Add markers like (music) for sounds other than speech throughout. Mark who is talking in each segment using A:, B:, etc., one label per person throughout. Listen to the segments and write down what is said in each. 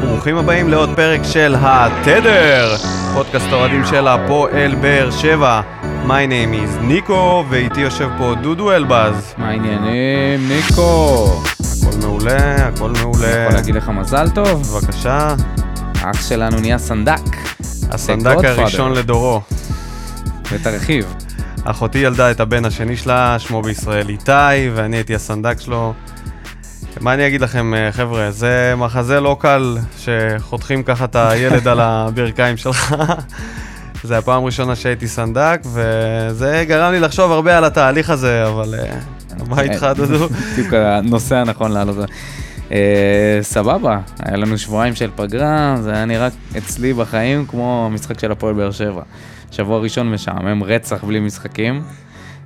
A: ברוכים הבאים לעוד פרק של התדר, פודקאסט האוהדים של הפועל באר שבע. My name is ניקו, ואיתי יושב פה דודו אלבז.
B: מה העניינים, ניקו?
A: הכל מעולה, הכל מעולה.
B: יכול להגיד לך מזל טוב?
A: בבקשה,
B: האח שלנו נהיה סנדק.
A: הסנדק
B: Godfather.
A: הראשון לדורו.
B: ותרחיב.
A: אחותי ילדה את הבן השני שלה, שמו בישראל איתי, ואני הייתי הסנדק שלו. מה אני אגיד לכם, אה, חבר'ה, זה מחזה לא קל שחותכים ככה את הילד על הברכיים שלך. (laughs) זה הפעם הראשונה שהייתי סנדק, וזה גרם לי לחשוב הרבה על התהליך הזה, אבל אה,
B: כן.
A: מה איתך, דודו?
B: (laughs) בדיוק הנושא הנכון לעלות. אה, סבבה, היה לנו שבועיים של פגרה, זה היה נראה אצלי בחיים כמו המשחק של הפועל באר שבע. שבוע ראשון משעמם רצח בלי משחקים.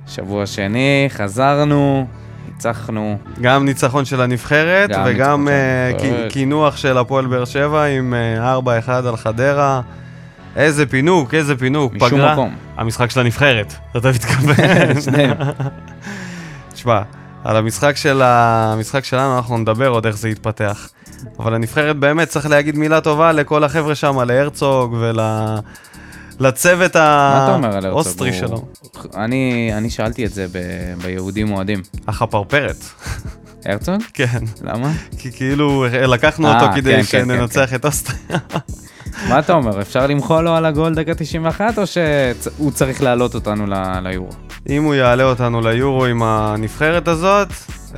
B: שבוע שני, חזרנו, ניצחנו.
A: גם ניצחון של הנבחרת,
B: גם
A: וגם
B: ניצחון של
A: אה,
B: הנבחרת.
A: קי- קינוח של הפועל באר שבע עם אה, 4-1 על חדרה. איזה פינוק, איזה פינוק.
B: משום
A: פגרה. (laughs)
B: מקום. (laughs)
A: המשחק של הנבחרת, (laughs) אתה מתכוון.
B: שניהם.
A: תשמע, על המשחק, של ה... המשחק שלנו אנחנו נדבר עוד איך זה יתפתח. אבל הנבחרת באמת צריך להגיד מילה טובה לכל החבר'ה שם, להרצוג ול... לצוות
B: מה אתה אומר על הרצוג?
A: האוסטרי
B: הוא-
A: שלו.
B: אני אני שאלתי את זה ב- ביהודים אוהדים.
A: החפרפרת, (laughs)
B: הרצוג?
A: כן.
B: למה?
A: כי כאילו לקחנו
B: אה,
A: אותו
B: כן,
A: כדי
B: כן, כן,
A: שננצח את אוסטריה.
B: מה אתה אומר, אפשר למחול לו על הגול דקה 91, או שהוא צריך להעלות אותנו ל- ליורו?
A: אם הוא יעלה אותנו ליורו עם הנבחרת הזאת,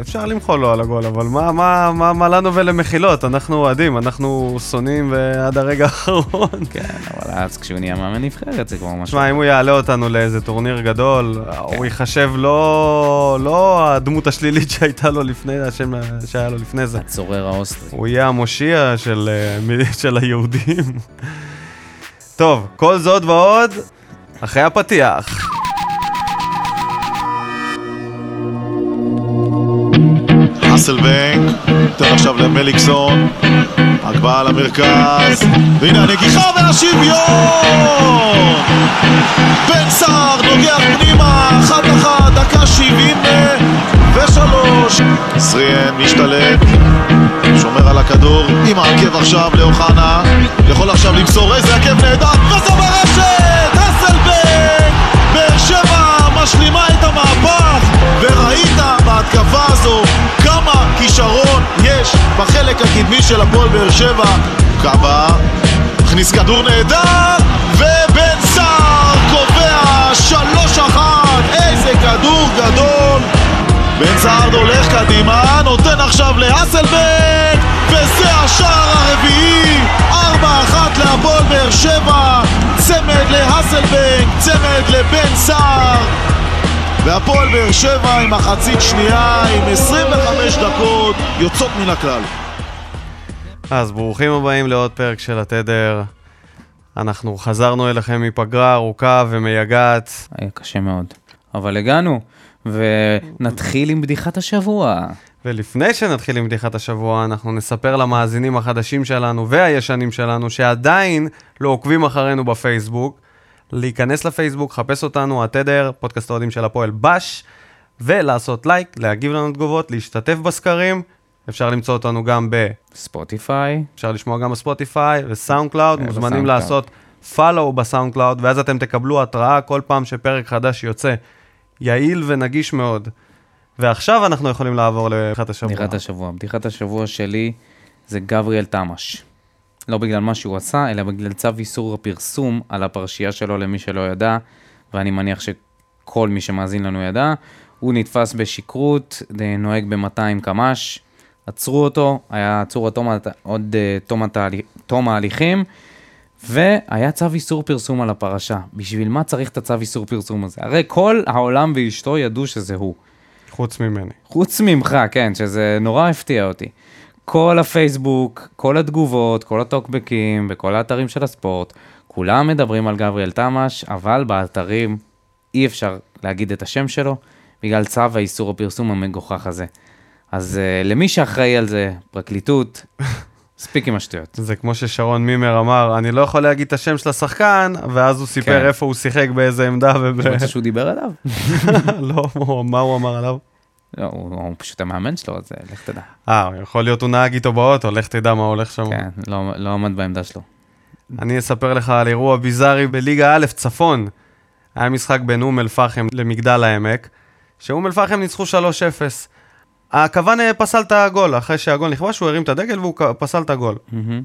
A: אפשר למחול לו על הגול, אבל מה, מה, מה, מה לנו ולמחילות? אנחנו אוהדים, אנחנו שונאים ועד הרגע האחרון. (laughs)
B: כן, אבל אז כשהוא נהיה מאמן נבחרת זה כבר משהו.
A: תשמע, אם הוא יעלה אותנו לאיזה טורניר גדול, הוא ייחשב לא, לא הדמות השלילית שהייתה לו לפני, השם שהיה לו לפני זה.
B: הצורר האוסטרי.
A: הוא יהיה המושיע של, אה, (laughs) מ- של היהודים. (laughs) טוב, כל זאת ועוד, אחרי הפתיח.
C: אסלבנק, נותן עכשיו למליקסון, הגבהה למרכז, והנה הנגיחה והשוויון! בן סער נוגח פנימה, אחת אחת, דקה שבעים אה, ושלוש. סריאן משתלט, שומר על הכדור, עם העקב עכשיו לאוחנה, יכול עכשיו למסור איזה עקב נהדר, וזה ברשת! אסלבנק! באר שבע משלימה את המהפך, וראית בהתקפה הזו כמה כישרון יש בחלק הקדמי של הפועל באר שבע. קבע, הכניס כדור נהדר, ובן סער קובע 3-1, איזה כדור גדול! בן סערד הולך קדימה, נותן עכשיו לאסלבנק, וזה השער הרביעי, 4-1 להפועל באר שבע, צמד להסלבנק, צמד לבן סער, והפועל באר שבע עם מחצית שנייה, עם 25 דקות, יוצאות מן הכלל.
A: אז ברוכים הבאים לעוד פרק של התדר. אנחנו חזרנו אליכם מפגרה ארוכה ומייגעת.
B: היה קשה מאוד. אבל הגענו, ונתחיל עם בדיחת השבוע.
A: ולפני שנתחיל עם בדיחת השבוע, אנחנו נספר למאזינים החדשים שלנו והישנים שלנו, שעדיין לא עוקבים אחרינו בפייסבוק, להיכנס לפייסבוק, חפש אותנו, התדר, פודקאסט האוהדים של הפועל בש, ולעשות לייק, להגיב לנו תגובות, להשתתף בסקרים. אפשר למצוא אותנו גם ב...
B: ספוטיפיי,
A: אפשר לשמוע גם בספוטיפיי וסאונד קלאוד,
B: אה,
A: מוזמנים
B: בסאונד
A: לעשות follow בסאונד קלאוד, ואז אתם תקבלו התראה כל פעם שפרק חדש יוצא. יעיל ונגיש מאוד. ועכשיו אנחנו יכולים לעבור לבדיחת השבוע.
B: בדיחת השבוע. בדיחת השבוע שלי זה גבריאל תמש. לא בגלל מה שהוא עשה, אלא בגלל צו איסור הפרסום על הפרשייה שלו למי שלא ידע, ואני מניח שכל מי שמאזין לנו ידע. הוא נתפס בשכרות, אה, נוהג ב-200 קמ"ש, עצרו אותו, היה עצור עד תום הת- עוד אה, תום התהלי- תום ההליכים, והיה צו איסור פרסום על הפרשה. בשביל מה צריך את הצו איסור פרסום הזה? הרי כל העולם ואשתו ידעו שזה הוא.
A: חוץ ממני.
B: חוץ ממך, כן, שזה נורא הפתיע אותי. כל הפייסבוק, כל התגובות, כל הטוקבקים וכל האתרים של הספורט, כולם מדברים על גבריאל תמש, אבל באתרים אי אפשר להגיד את השם שלו, בגלל צו האיסור הפרסום המגוחך הזה. אז uh, למי שאחראי על זה, פרקליטות, מספיק עם השטויות.
A: זה כמו ששרון מימר אמר, אני לא יכול להגיד את השם של השחקן, ואז הוא סיפר
B: כן. לא
A: איפה הוא שיחק, באיזה עמדה וב... (laughs)
B: אתה רוצה שהוא דיבר עליו?
A: לא, הוא- מה הוא אמר עליו?
B: לא, הוא, הוא פשוט המאמן שלו, אז אה, לך תדע.
A: אה, יכול להיות הוא נהג איתו באוטו, לך תדע מה הולך שם.
B: כן, לא, לא עמד בעמדה שלו.
A: אני אספר לך על אירוע ביזארי בליגה א', צפון. היה משחק בין אום אל-פחם למגדל העמק, שאום אל-פחם ניצחו 3-0. הכוון אה, פסל את הגול, אחרי שהגול נכבש, הוא הרים את הדגל והוא ק- פסל את הגול.
B: מהמם.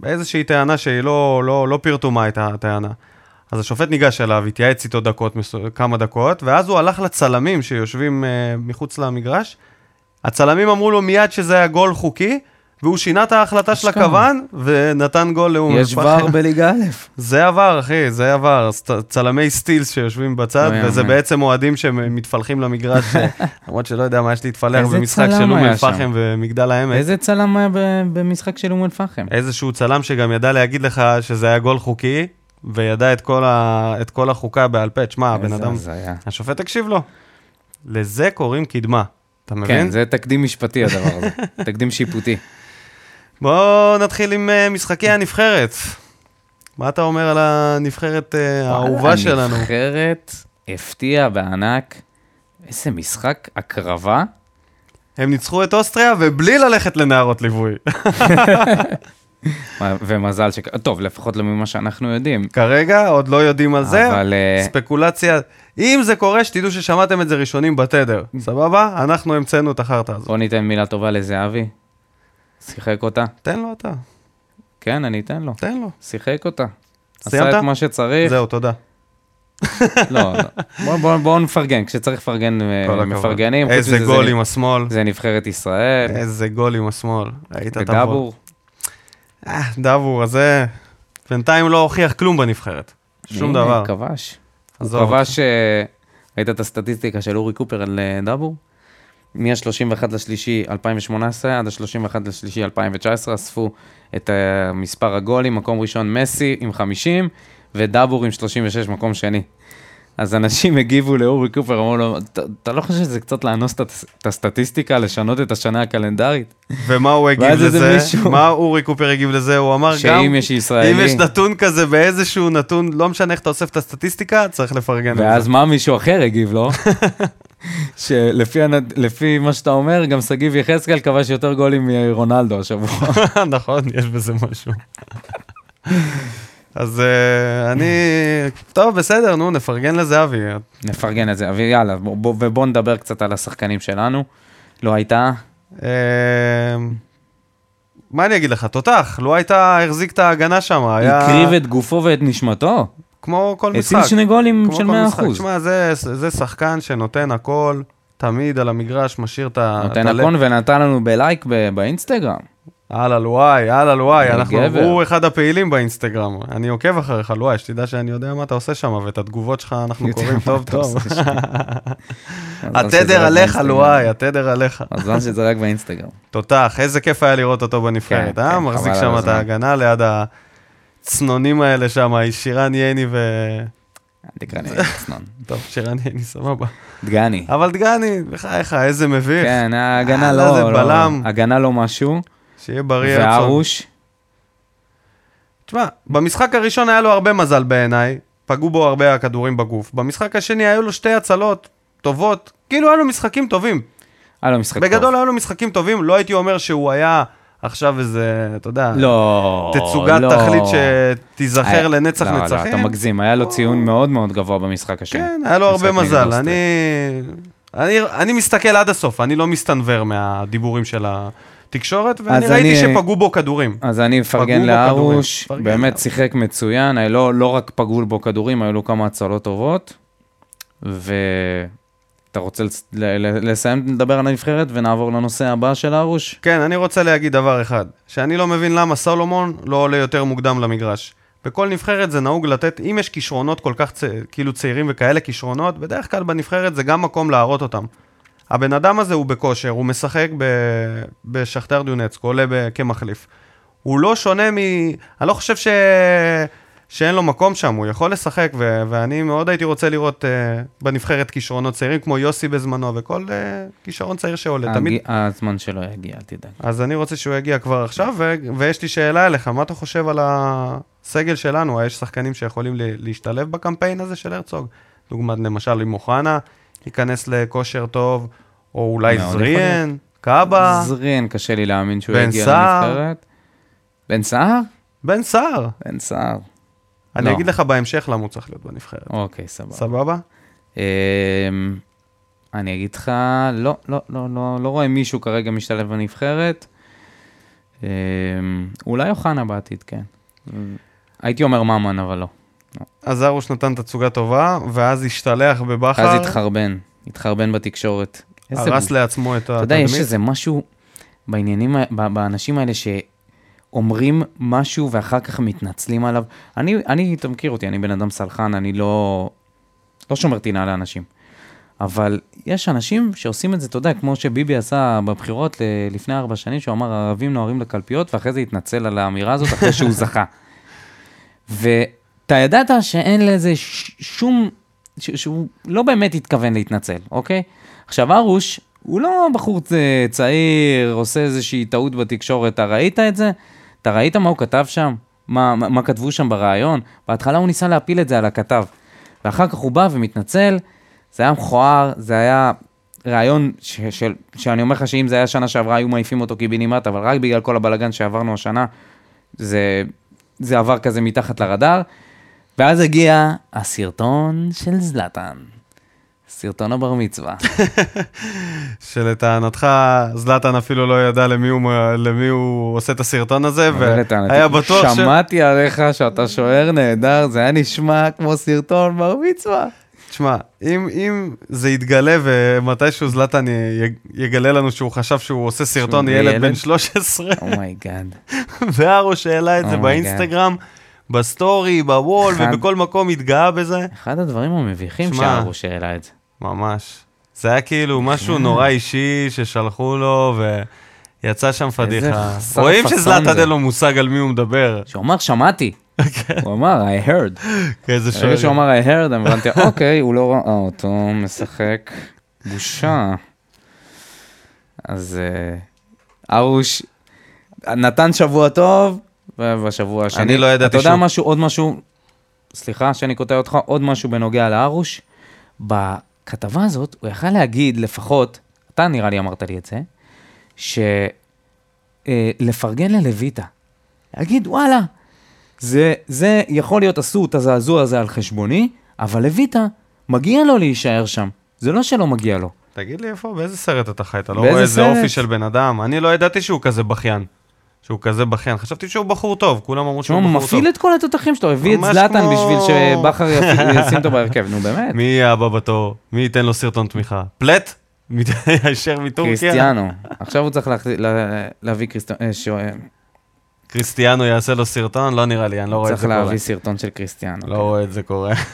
A: באיזושהי טענה שהיא לא, לא, לא פרטומה הייתה הטענה. אז השופט ניגש אליו, התייעץ איתו דקות, מסו- כמה דקות, ואז הוא הלך לצלמים שיושבים אה, מחוץ למגרש. הצלמים אמרו לו מיד שזה היה גול חוקי, והוא שינה את ההחלטה של
B: אשכרה.
A: הכוון, ונתן גול לאום
B: יש
A: אל-פחם.
B: ור בליגה א'.
A: זה עבר, אחי, זה עבר. אז צ- צלמי סטילס שיושבים בצד,
B: לא
A: וזה
B: יאמן.
A: בעצם אוהדים שמתפלחים למגרש,
B: (laughs)
A: ש- למרות שלא יודע מה יש להתפלח
B: איזה
A: במשחק
B: צלם
A: של אום
B: היה
A: אל-פחם
B: שם?
A: ומגדל העמק.
B: איזה צלם היה ב- במשחק של אום אל-פחם?
A: איזשהו צלם שגם ידע להגיד לך שזה היה גול חוקי, וידע את כל, ה... את כל החוקה בעל פה. תשמע, הבן
B: איזה
A: אה, אדם...
B: הזיה.
A: השופט הקשיב לו. לזה קוראים קדמה, אתה מבין?
B: כן, זה תקדים משפטי הדבר הזה.
A: (laughs)
B: תקדים שיפוטי.
A: בואו נתחיל עם אה, משחקי
B: כן.
A: הנבחרת. מה אתה אומר על הנבחרת אה, האהובה שלנו?
B: הנבחרת הפתיעה בענק. איזה משחק הקרבה.
A: הם ניצחו את אוסטריה ובלי ללכת לנערות ליווי.
B: ומזל ש... טוב, לפחות לא ממה שאנחנו יודעים.
A: כרגע עוד לא יודעים על זה,
B: אבל, אה,
A: ספקולציה. אם זה קורה, שתדעו ששמעתם את זה ראשונים בתדר, סבבה? אנחנו המצאנו את החרטא הזאת.
B: בוא ניתן מילה טובה לזהבי. שיחק אותה.
A: תן לו אתה,
B: כן, אני אתן לו.
A: תן לו.
B: שיחק אותה.
A: סיימת?
B: עשה את מה שצריך.
A: זהו, תודה.
B: אה, לא, לא. בוא- בוא- בואו נפרגן. כשצריך לפרגן, אה,
A: כל הכבוד.
B: מפרגנים. חוץ
A: איזה
B: מזה, זה-
A: גול עם אה, השמאל.
B: זה נבחרת ישראל.
A: איזה גול עם השמאל. ראית את הדבור?
B: ודאבור.
A: דבור, אז זה... בינתיים לא הוכיח כלום בנבחרת. שום
B: הנה,
A: דבר.
B: כבש.
A: עזוב
B: הוא כבש, אה, ראית את הסטטיסטיקה של אורי קופר על אה, דאבור? מ-31 לשלישי 2018 עד ה-31 לשלישי 2019 אספו את אה, מספר הגולים, מקום ראשון מסי עם 50 ודאבור עם 36 מקום שני. אז אנשים הגיבו לאורי קופר, אמרו לו, "אתה- אתה לא חושב שזה קצת לאנוס את הס- את הסטטיסטיקה, לשנות את השנה הקלנדרית?
A: ומה הוא הגיב
B: ואז איזה
A: לזה?
B: מישהו-
A: מה אורי קופר הגיב לזה? הוא אמר גם...
B: שאם יש
A: אם
B: ישראלי...
A: יש נתון כזה באיזשהו נתון, לא משנה איך אתה אוסף את הסטטיסטיקה, צריך לפרגן על זה.
B: ואז מה מישהו אחר הגיב לא? לו? (laughs) שלפי הנ- לפי מה שאתה אומר, גם שגיב יחזקאל כבש יותר גולים מרונלדו השבוע.
A: (laughs) נכון, יש בזה משהו. אז אה, אני... טוב, בסדר, נו, נפרגן לזהבי.
B: (laughs) נפרגן את זה, אבל יאללה, בוא- בוא- ובוא נדבר קצת על השחקנים שלנו. לא הייתה,
A: אה, מה אני אגיד לך? תותח, לו הייתה, החזיק את ההגנה שם, היה...
B: הקריב את גופו ואת נשמתו.
A: כמו כל משחק.
B: הציל שני גולים
A: כמו
B: של
A: כל
B: 100
A: משחק.
B: אחוז.
A: תשמע, זה, זה שחקן שנותן הכל, תמיד על המגרש, משאיר את ה... את
B: נותן
A: הלב.
B: הכל ונתן לנו בלייק ב- באינסטגרם.
A: אהלן וואי, אהלן וואי,
B: זה
A: אנחנו,
B: גבר.
A: הוא אחד הפעילים באינסטגרם. אני עוקב אחריך, וואי, שתדע שאני יודע מה אתה עושה שם, ואת התגובות שלך אנחנו
B: יודע
A: קוראים
B: מה
A: טוב
B: אתה (laughs)
A: טוב.
B: עושה שם.
A: התדר עליך, לואי, התדר עליך.
B: מזל שזה רק באינסטגרם.
A: תותח, איזה כיף היה לראות אותו בנבחרת,
B: כן,
A: אה?
B: כן,
A: מחזיק
B: חבל על
A: שם את
B: הזמן.
A: ההגנה ליד הצנונים האלה שם, שירן ייני ו...
B: אל תקרא לי עצנון.
A: טוב, שירן ייני, סבבה.
B: (laughs) דגני.
A: אבל דגני, בחייך, איזה מביך.
B: כן, ההגנה
A: אה,
B: לא,
A: זה
B: לא,
A: בלם.
B: הגנה לא משהו,
A: שיהיה בריא. הרצוג.
B: והרוש,
A: תשמע, במשחק הראשון היה לו הרבה מזל בעיניי, פגעו בו הרבה הכדורים בגוף. במשחק השני היו לו שתי הצלות טובות, כאילו היו לו משחקים טובים.
B: היה לו אה, לא, משחק
A: בגדול
B: טוב.
A: היו לו משחקים טובים, לא הייתי אומר שהוא היה עכשיו איזה, אתה יודע,
B: לא,
A: תצוגת
B: לא.
A: תכלית שתיזכר
B: היה-
A: לנצח
B: לא, לא,
A: נצחים.
B: אתה מגזים, היה לו ציון מאוד מאוד גבוה במשחק השני.
A: כן, היה לו
B: משחק
A: הרבה
B: נגד
A: מזל.
B: אוסטריה.
A: אני... אני, אני מסתכל עד הסוף, אני לא מסתנוור מהדיבורים של התקשורת, ואני
B: אז
A: ראיתי
B: אני-
A: שפגעו בו כדורים.
B: אז אני
A: פגעו
B: מפרגן
A: בו
B: לארוש,
A: כדורים. פרגן
B: באמת
A: לארוש.
B: שיחק מצוין, היה לא, לא רק פגעו בו כדורים, היו לו כמה הצלות טובות, ואתה רוצה לס- ל- ל- לסיים לדבר על הנבחרת ונעבור לנושא הבא של ארוש?
A: כן, אני רוצה להגיד דבר אחד, שאני לא מבין למה סולומון לא עולה יותר מוקדם למגרש. בכל נבחרת זה נהוג לתת, אם יש כישרונות כל כך צ... כאילו צעירים וכאלה כישרונות, בדרך כלל בנבחרת זה גם מקום להראות אותם. הבן אדם הזה הוא בכושר, הוא משחק ב... בשכתר דיונצק, עולה ב... כמחליף. הוא לא שונה מ... אני לא חושב ש... שאין לו מקום שם, הוא יכול לשחק, ו... ואני מאוד הייתי רוצה לראות uh, בנבחרת כישרונות צעירים, כמו יוסי בזמנו, וכל uh, כישרון צעיר שעולה. תמיד
B: הג- הזמן שלו יגיע, אל תדאג.
A: אז אני רוצה שהוא יגיע כבר עכשיו, ו- ויש לי שאלה אליך, מה אתה חושב על הסגל שלנו? יש שחקנים שיכולים ל- להשתלב בקמפיין הזה של הרצוג? דוגמת, למשל, אם אוחנה ייכנס לכושר טוב, או אולי
B: מאוד יכול
A: זריאן, קאבה,
B: זרין, קשה לי להאמין שהוא
A: בן
B: יגיע
A: סער.
B: לנבחרת. בן סער?
A: בן סער.
B: בן סער.
A: אני
B: לא.
A: אגיד לך בהמשך למה הוא צריך להיות בנבחרת.
B: אוקיי, סבבה.
A: סבבה?
B: אמ, אני אגיד לך, לא, לא, לא, לא, לא רואה מישהו כרגע משתלב בנבחרת. אמ, אולי אוחנה בעתיד, כן. הייתי אומר ממן, אבל לא.
A: אז ארוש נתן תצוגה טובה, ואז השתלח בבכר,
B: אז התחרבן, התחרבן בתקשורת. איזה
A: הרס לעצמו את
B: אתה יודע, יש
A: התדמית.
B: איזה משהו בעניינים, ה- ב- באנשים האלה שאומרים משהו ואחר כך מתנצלים עליו. אני, אני, אתה מכיר אותי, אני בן אדם סלחן, אני לא, לא שומר טינה לאנשים. אבל יש אנשים שעושים את זה, אתה יודע, כמו שביבי עשה בבחירות ל- לפני ארבע שנים, שהוא אמר, ערבים נוהרים לקלפיות, ואחרי זה התנצל על האמירה הזאת, אחרי שהוא זכה. ואתה ידעת שאין לזה ש- שום, ש- שהוא לא באמת התכוון להתנצל, אוקיי? עכשיו, ארוש, הוא לא בחור צ- צעיר, עושה איזושהי טעות בתקשורת, אתה ראית את זה? אתה ראית מה הוא כתב שם? מה, מה, מה כתבו שם בריאיון? בהתחלה הוא ניסה להפיל את זה על הכתב, ואחר כך הוא בא ומתנצל, זה היה מכוער, זה היה רעיון ש- של- שאני אומר לך שאם זה היה שנה שעברה היו מעיפים אותו קיבינימט, אבל רק בגלל כל הבלגן שעברנו השנה, זה, זה עבר כזה מתחת לרדאר. ואז הגיע הסרטון של זלאטן, סרטון הבר
A: (laughs)
B: מצווה.
A: שלטענתך, זלאטן אפילו לא ידע למי הוא, למי הוא עושה את הסרטון הזה,
B: אבל לטענתי,
A: והיה בטוח ש...
B: שמעתי עליך שאתה שוער נהדר, זה היה נשמע כמו סרטון בר
A: (laughs)
B: מצווה.
A: תשמע, אם, אם זה יתגלה ומתישהו זלאטן י- יגלה לנו שהוא חשב שהוא עושה סרטון
B: שהוא
A: ילד
B: ילד?
A: בן 13,
B: Oh אומייגאד.
A: (laughs) והרוש העלה את זה
B: Oh my God.
A: באינסטגרם, בסטורי, בוול,
B: אחד-
A: ובכל מקום התגאה בזה.
B: אחד הדברים המביכים
A: שמע.
B: שהרוש העלה את זה.
A: ממש. זה היה
B: כן.
A: כאילו משהו נורא אישי ששלחו לו, ויצא שם פדיחה.
B: חסר
A: רואים
B: פאסון
A: שזלאטן
B: זה.
A: אין לו מושג על מי הוא מדבר.
B: שהוא אמר, שמעתי. הוא אמר, I heard.
A: איזה
B: ברגע שהוא
A: שואל.
B: אמר I heard, אני הבנתי, אוקיי, הוא לא ראה אותו משחק, בושה. אז אה, ארוש נתן שבוע טוב, ובשבוע השני...
A: לא ידעתי
B: אתה יודע
A: שהוא-
B: משהו, עוד משהו, סליחה שאני קוטע אותך, עוד משהו בנוגע לארוש. בכתבה הזאת, הוא יכל להגיד לפחות, אתה נראה לי אמרת לי את זה, שלפרגן ללויטה. להגיד, וואלה, זה, זה יכול להיות עשו את הזעזוע הזה על חשבוני, אבל לויטה, מגיע לו להישאר שם. זה לא שלא מגיע לו.
A: תגיד לי איפה, באיזה סרט אתה חי? אתה לא
B: באיזה
A: רואה איזה
B: סרט?
A: אופי של בן אדם? אני לא ידעתי שהוא כזה בכיין. שהוא כזה בכיין. חשבתי שהוא בחור טוב, כולם אמרו
B: תשמע,
A: שהוא
B: הוא
A: בחור טוב.
B: מפעיל את כל התותחים שלו, הביא את
A: ממש
B: זלאטן
A: כמו-
B: בשביל שבכר יפ-
A: (laughs)
B: ישים אותו בהרכב, נו באמת.
A: מי יהיה הבא בתור? מי ייתן לו סרטון תמיכה? פלט? מת- (laughs) הישר מטורקיה?
B: קריסטיאנו. עכשיו הוא צריך להחז- לה- להביא קריסטיאנו, אה, שוער.
A: קריסטיאנו יעשה לו סרטון? לא נראה לי, אני לא רואה את
B: צריך
A: זה קורה.
B: להביא סרטון של קריסטיאנו.
A: לא רואה את זה קורה. (laughs)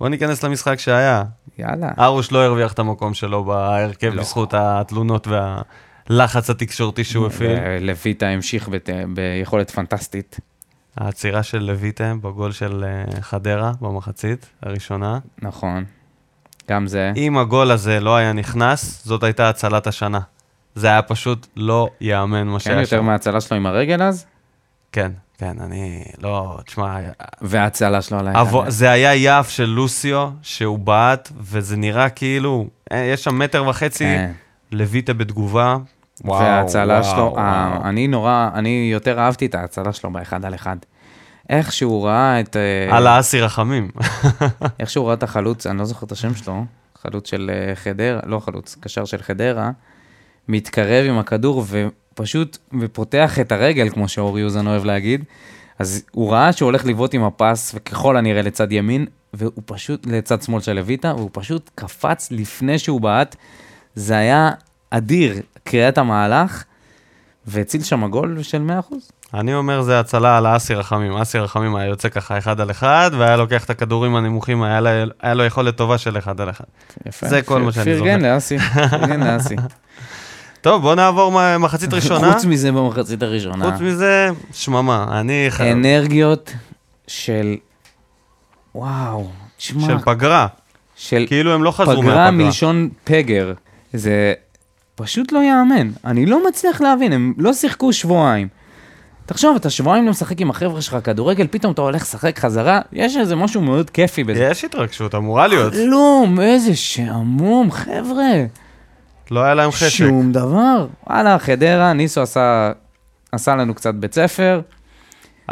A: בוא ניכנס למשחק שהיה.
B: יאללה.
A: ארוש לא הרוויח את המקום שלו בהרכב
B: לא.
A: בזכות התלונות והלחץ התקשורתי שהוא הפעיל.
B: לויטה המשיך בת- ביכולת פנטסטית.
A: העצירה של לויטם בגול של אה, חדרה במחצית הראשונה.
B: נכון. גם זה.
A: אם הגול הזה לא היה נכנס, זאת הייתה הצלת השנה. זה היה פשוט לא ייאמן מה
B: כן,
A: שהיה
B: יותר
A: שם.
B: מההצלה שלו עם הרגל אז,
A: כן, כן, אני... לא, תשמע,
B: אה, וההצלה שלו על היד.
A: אבו- זה היה יעף של לוסיו שהוא בעט, וזה נראה כאילו, אה, יש שם מטר וחצי,
B: כן.
A: לויטה בתגובה. וואו,
B: וההצלה
A: וואו,
B: שלו, אה,
A: וואו.
B: אני נורא, אני יותר אהבתי את ההצלה שלו באחד על אחד. איך שהוא ראה את... אה,
A: על האסי רחמים.
B: איך שהוא ראה את החלוץ, אני לא זוכר את השם שלו, חלוץ של אה, חדרה, לא חלוץ, קשר של חדרה, מתקרב עם הכדור ופשוט, ופותח את הרגל, כמו שאורי אוזן אוהב להגיד. אז הוא ראה שהוא הולך לבעוט עם הפס, וככל הנראה לצד ימין, והוא פשוט, לצד שמאל של לויטה, והוא פשוט קפץ לפני שהוא בעט. זה היה אדיר, קריאת המהלך, והציל שם גול של 100%.
A: אני אומר זה הצלה על האסי רחמים. אסי רחמים היה יוצא ככה אחד על אחד, והיה לוקח את הכדורים הנמוכים, היה לה- היה לו יכולת טובה של אחד על אחד.
B: יפה.
A: זה כל מה שאני
B: פרגן
A: זוכר.
B: לאסי, פרגן לאסי.
A: טוב, בוא נעבור מה- מחצית (laughs) ראשונה.
B: חוץ מזה במחצית הראשונה.
A: חוץ מזה, שממה. אני חייב...
B: אנרגיות של... וואו, תשמע,
A: של פגרה.
B: של
A: כאילו הם לא חזרו מהפגרה.
B: פגרה מלשון פגר. זה פשוט לא ייאמן. אני לא מצליח להבין, הם לא שיחקו שבועיים. תחשוב, אתה שבועיים לא משחק עם החבר'ה שלך כדורגל, פתאום אתה הולך לשחק חזרה, יש איזה משהו מאוד כיפי בזה.
A: יש התרגשות, אמורה להיות.
B: כלום, איזה שעמום, חבר'ה.
A: לא היה להם חשק.
B: שום דבר. וואלה, חדרה, ניסו עשה, עשה לנו קצת בית ספר.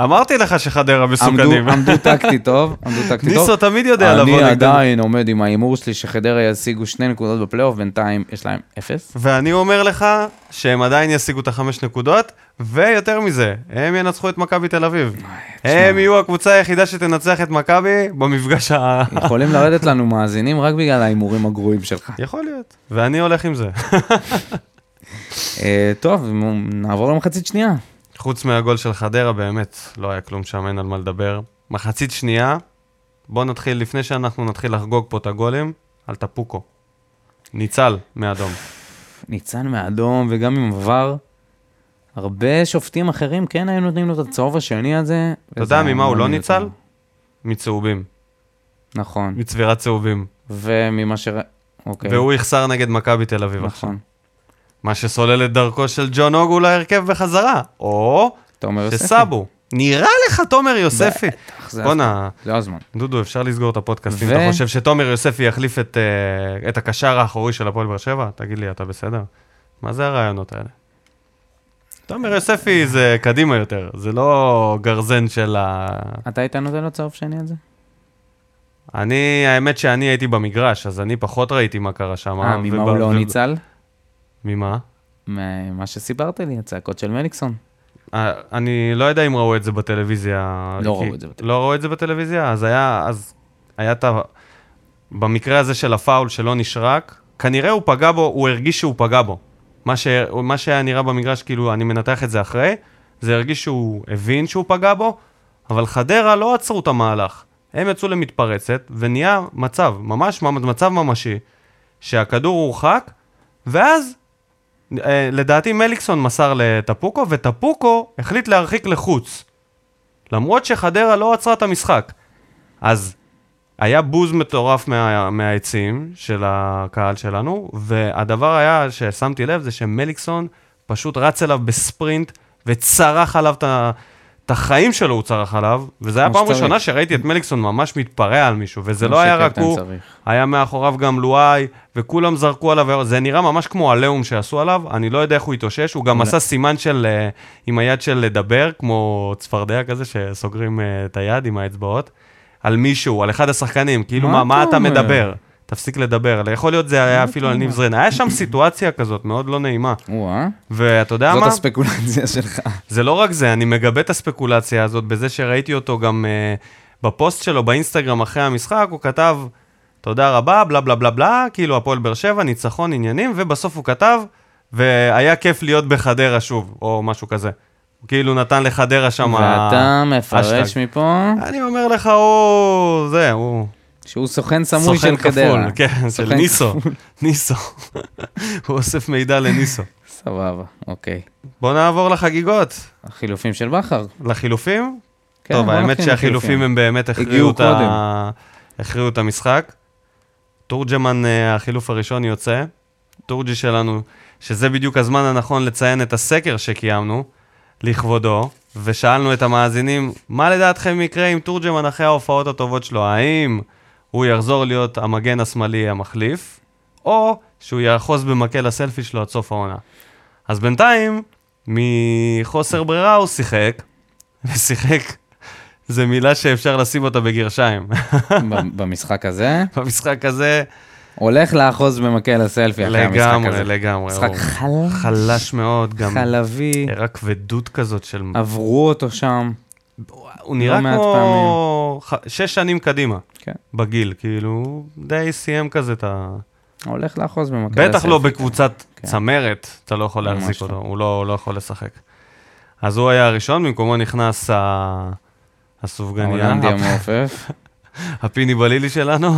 A: אמרתי לך שחדרה
B: עמדו,
A: מסוכנים.
B: עמדו
A: (laughs)
B: טקטי טוב, עמדו טקטי טוב.
A: ניסו תמיד יודע לבוא
B: אני
A: נגדנו.
B: עדיין עומד עם ההימור שלי שחדרה ישיגו שני נקודות בפלייאוף, בינתיים יש להם אפס.
A: ואני אומר לך שהם עדיין ישיגו את החמש נקודות, ויותר מזה, הם ינצחו את מכבי תל אביב. הם יהיו הקבוצה היחידה שתנצח את מכבי במפגש ה...
B: יכולים לרדת לנו מאזינים רק בגלל ההימורים הגרועים שלך.
A: (laughs) יכול להיות, ואני הולך עם זה.
B: אה, טוב, נעבור למחצית שנייה.
A: חוץ מהגול של חדרה, באמת, לא היה כלום שם, אין על מה לדבר. מחצית שנייה, בואו נתחיל, לפני שאנחנו נתחיל לחגוג פה את הגולים, על טפוקו. ניצל מאדום.
B: ניצן מהאדום וגם עם עבר. הרבה שופטים אחרים כן היו נותנים לו את הצהוב השני הזה.
A: אתה יודע
B: וזה
A: ממה הוא
B: היה
A: לא
B: מאוד
A: ניצל?
B: יותר.
A: מצהובים,
B: נכון.
A: מצבירת צהובים.
B: וממה ש... אוקיי.
A: והוא יחסר נגד מכבי תל אביב עכשיו.
B: נכון.
A: מה שסולל את דרכו של ג'ון אוגו להרכב בחזרה. או
B: תומר יוספי.
A: שסאבו. נראה לך תומר יוספי.
B: בטח, זה הזמן.
A: בואנה,
B: זה הזמן.
A: דודו, אפשר לסגור את הפודקאסט. אם
B: ו-
A: אתה חושב שתומר יוספי יחליף את, אה, את הקשר האחורי של הפועל באר שבע, תגיד לי, אתה בסדר? מה זה הרעיונות האלה? תומר יוספי זה קדימה יותר, זה לא גרזן של ה...
B: אתה היית נותן לו צהוב שני על זה?
A: אני, האמת שאני הייתי במגרש, אז אני פחות ראיתי מה קרה שם.
B: אה, ממה
A: וב-
B: הוא לא
A: וב-
B: ניצל?
A: ממה?
B: ממה שסיפרת לי, הצעקות של מליקסון.
A: אה, אני לא יודע אם ראו את זה בטלוויזיה.
B: לא
A: כי-
B: ראו את זה בטלוויזיה.
A: לא ראו את זה בטלוויזיה? אז היה, אז היה את ה... במקרה הזה של הפאול שלא נשרק, כנראה הוא פגע בו, הוא הרגיש שהוא פגע בו. מה, ש... מה שהיה נראה במגרש, כאילו, אני מנתח את זה אחרי, זה הרגיש שהוא הבין שהוא פגע בו, אבל חדרה לא עצרו את המהלך. הם יצאו למתפרצת, ונהיה מצב, ממש ממ- מצב ממשי, שהכדור הורחק, ואז אה, לדעתי מליקסון מסר לטפוקו, וטפוקו החליט להרחיק לחוץ. למרות שחדרה לא עצרה את המשחק. אז היה בוז מטורף מה, מהעצים של הקהל שלנו, והדבר היה ששמתי לב זה שמליקסון פשוט רץ אליו בספרינט וצרח עליו את ה... את החיים שלו הוא צרח עליו, וזו הייתה
B: כמו
A: פעם
B: שצריך.
A: ראשונה שראיתי את מליקסון ממש מתפרע על מישהו, וזה
B: כמו
A: לא היה רק
B: שקפטן
A: הוא,
B: צריך.
A: היה מאחוריו גם לואי, וכולם זרקו עליו, זה נראה ממש כמו עליהום שעשו עליו, אני לא יודע איך הוא התאושש, הוא גם
B: אולי-
A: עשה סימן של, אה, עם היד של לדבר, כמו צפרדע כזה, שסוגרים אה, את היד עם האצבעות, על מישהו, על אחד השחקנים, כאילו, מה,
B: מה
A: מה
B: אתה
A: אתה
B: אומר?
A: מדבר? תפסיק לדבר. יכול להיות זה היה אפילו על ניב זרין. היה שם סיטואציה כזאת מאוד לא נעימה.
B: או-אה.
A: ואתה יודע
B: זאת
A: מה?
B: הספקולציה שלך.
A: זה לא רק זה, אני מגבה את הספקולציה הזאת בזה שראיתי אותו גם uh, בפוסט שלו באינסטגרם אחרי המשחק, הוא כתב, תודה רבה, בלה בלה בלה בלה, כאילו הפועל באר שבע, ניצחון, עניינים, ובסוף הוא כתב, והיה כיף להיות בחדרה שוב, או משהו כזה. הוא כאילו נתן לחדרה שם...
B: ואתה מפרש
A: האשטג.
B: מפה
A: אני אומר לך, הוא... זה, הוא...
B: שהוא סוכן סמוי של
A: סוכן
B: חדרה.
A: כפול, כן, של
B: סוכן
A: ניסו.
B: כפול.
A: (laughs) ניסו. הוא אוסף מידע לניסו.
B: סבבה, אוקיי.
A: בוא נעבור לחגיגות,
B: החילופים של בכר.
A: לחילופים.
B: כן,
A: טוב,
B: בוא
A: האמת
B: נתחיל
A: שהחילופים
B: מחילופים.
A: הם באמת הכריעו
B: הגיעו
A: את, ה... הכריעו את המשחק. תורג'מן, אה, החילוף הראשון יוצא. תורג'י שלנו, שזה בדיוק הזמן הנכון לציין את הסקר שקיימנו לכבודו, ושאלנו את המאזינים, מה לדעתכם יקרה עם תורג'מן אחרי ההופעות הטובות שלו? האם הוא יחזור להיות המגן השמאלי המחליף, או שהוא יאחוז במקל הסלפי שלו עד סוף העונה? אז בינתיים, מחוסר ברירה הוא שיחק, ושיחק, זו מילה שאפשר לשים אותה בגרשיים. (laughs)
B: ב- (laughs) במשחק הזה.
A: במשחק הזה,
B: הולך לאחוז במקל הסלפי אחרי כן, המשחק
A: לגמרי,
B: הזה.
A: לגמרי.
B: משחק
A: הוא כן.
B: חלש,
A: חלש מאוד, גם
B: חלבי,
A: הראה כבדות כזאת של...
B: עברו אותו שם.
A: הוא נראה
B: לא מעט
A: כמו ח- שש שנים קדימה.
B: כן.
A: בגיל, כאילו, הוא די סיים כזה את ה...
B: הולך לאחוז במקל הסלפי.
A: בטח לא בקבוצת
B: כן.
A: צמרת, אתה לא יכול
B: ממש
A: להחזיק אותו,
B: לא.
A: הוא לא לא יכול לשחק. אז הוא היה הראשון, במקומו נכנס ה- הסופגניה,
B: ההולנדי
A: הפ-
B: המעופף.
A: הפיני בלילי שלנו,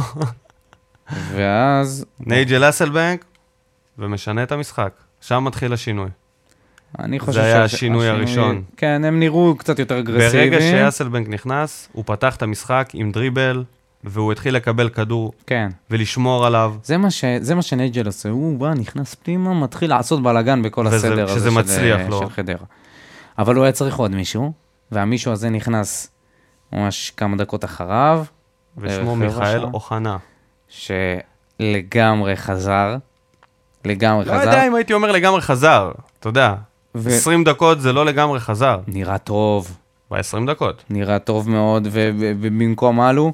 A: (laughs)
B: ואז
A: נייג'ל אסלבנק, ומשנה את המשחק. שם מתחיל השינוי.
B: אני חושב
A: היה
B: שה-
A: השינוי הראשון.
B: כן, הם נראו קצת יותר אגרסיביים.
A: ברגע שאסלבנק נכנס, הוא פתח את המשחק עם דריבל, והוא התחיל לקבל כדור
B: כן.
A: ולשמור עליו.
B: זה מה, ש... זה מה שנייג'ל עושה, הוא בא, נכנס פנימה, מתחיל לעשות בלאגן בכל
A: וזה-
B: הסדר
A: שזה
B: הזה אה,
A: מצליח
B: של,
A: לו.
B: של חדרה. אבל הוא היה צריך עוד מישהו, והמישהו הזה נכנס ממש כמה דקות אחריו,
A: ושמו
B: אה, חבר'ה
A: מיכאל
B: שם.
A: אוחנה.
B: שלגמרי חזר, לגמרי
A: לא
B: חזר.
A: יודע אם הייתי אומר לגמרי חזר, אתה יודע.
B: ו-
A: 20 דקות זה לא לגמרי חזר.
B: נראה טוב,
A: ב-20 דקות.
B: נראה טוב מאוד, ו- ו- ובמקום אלו,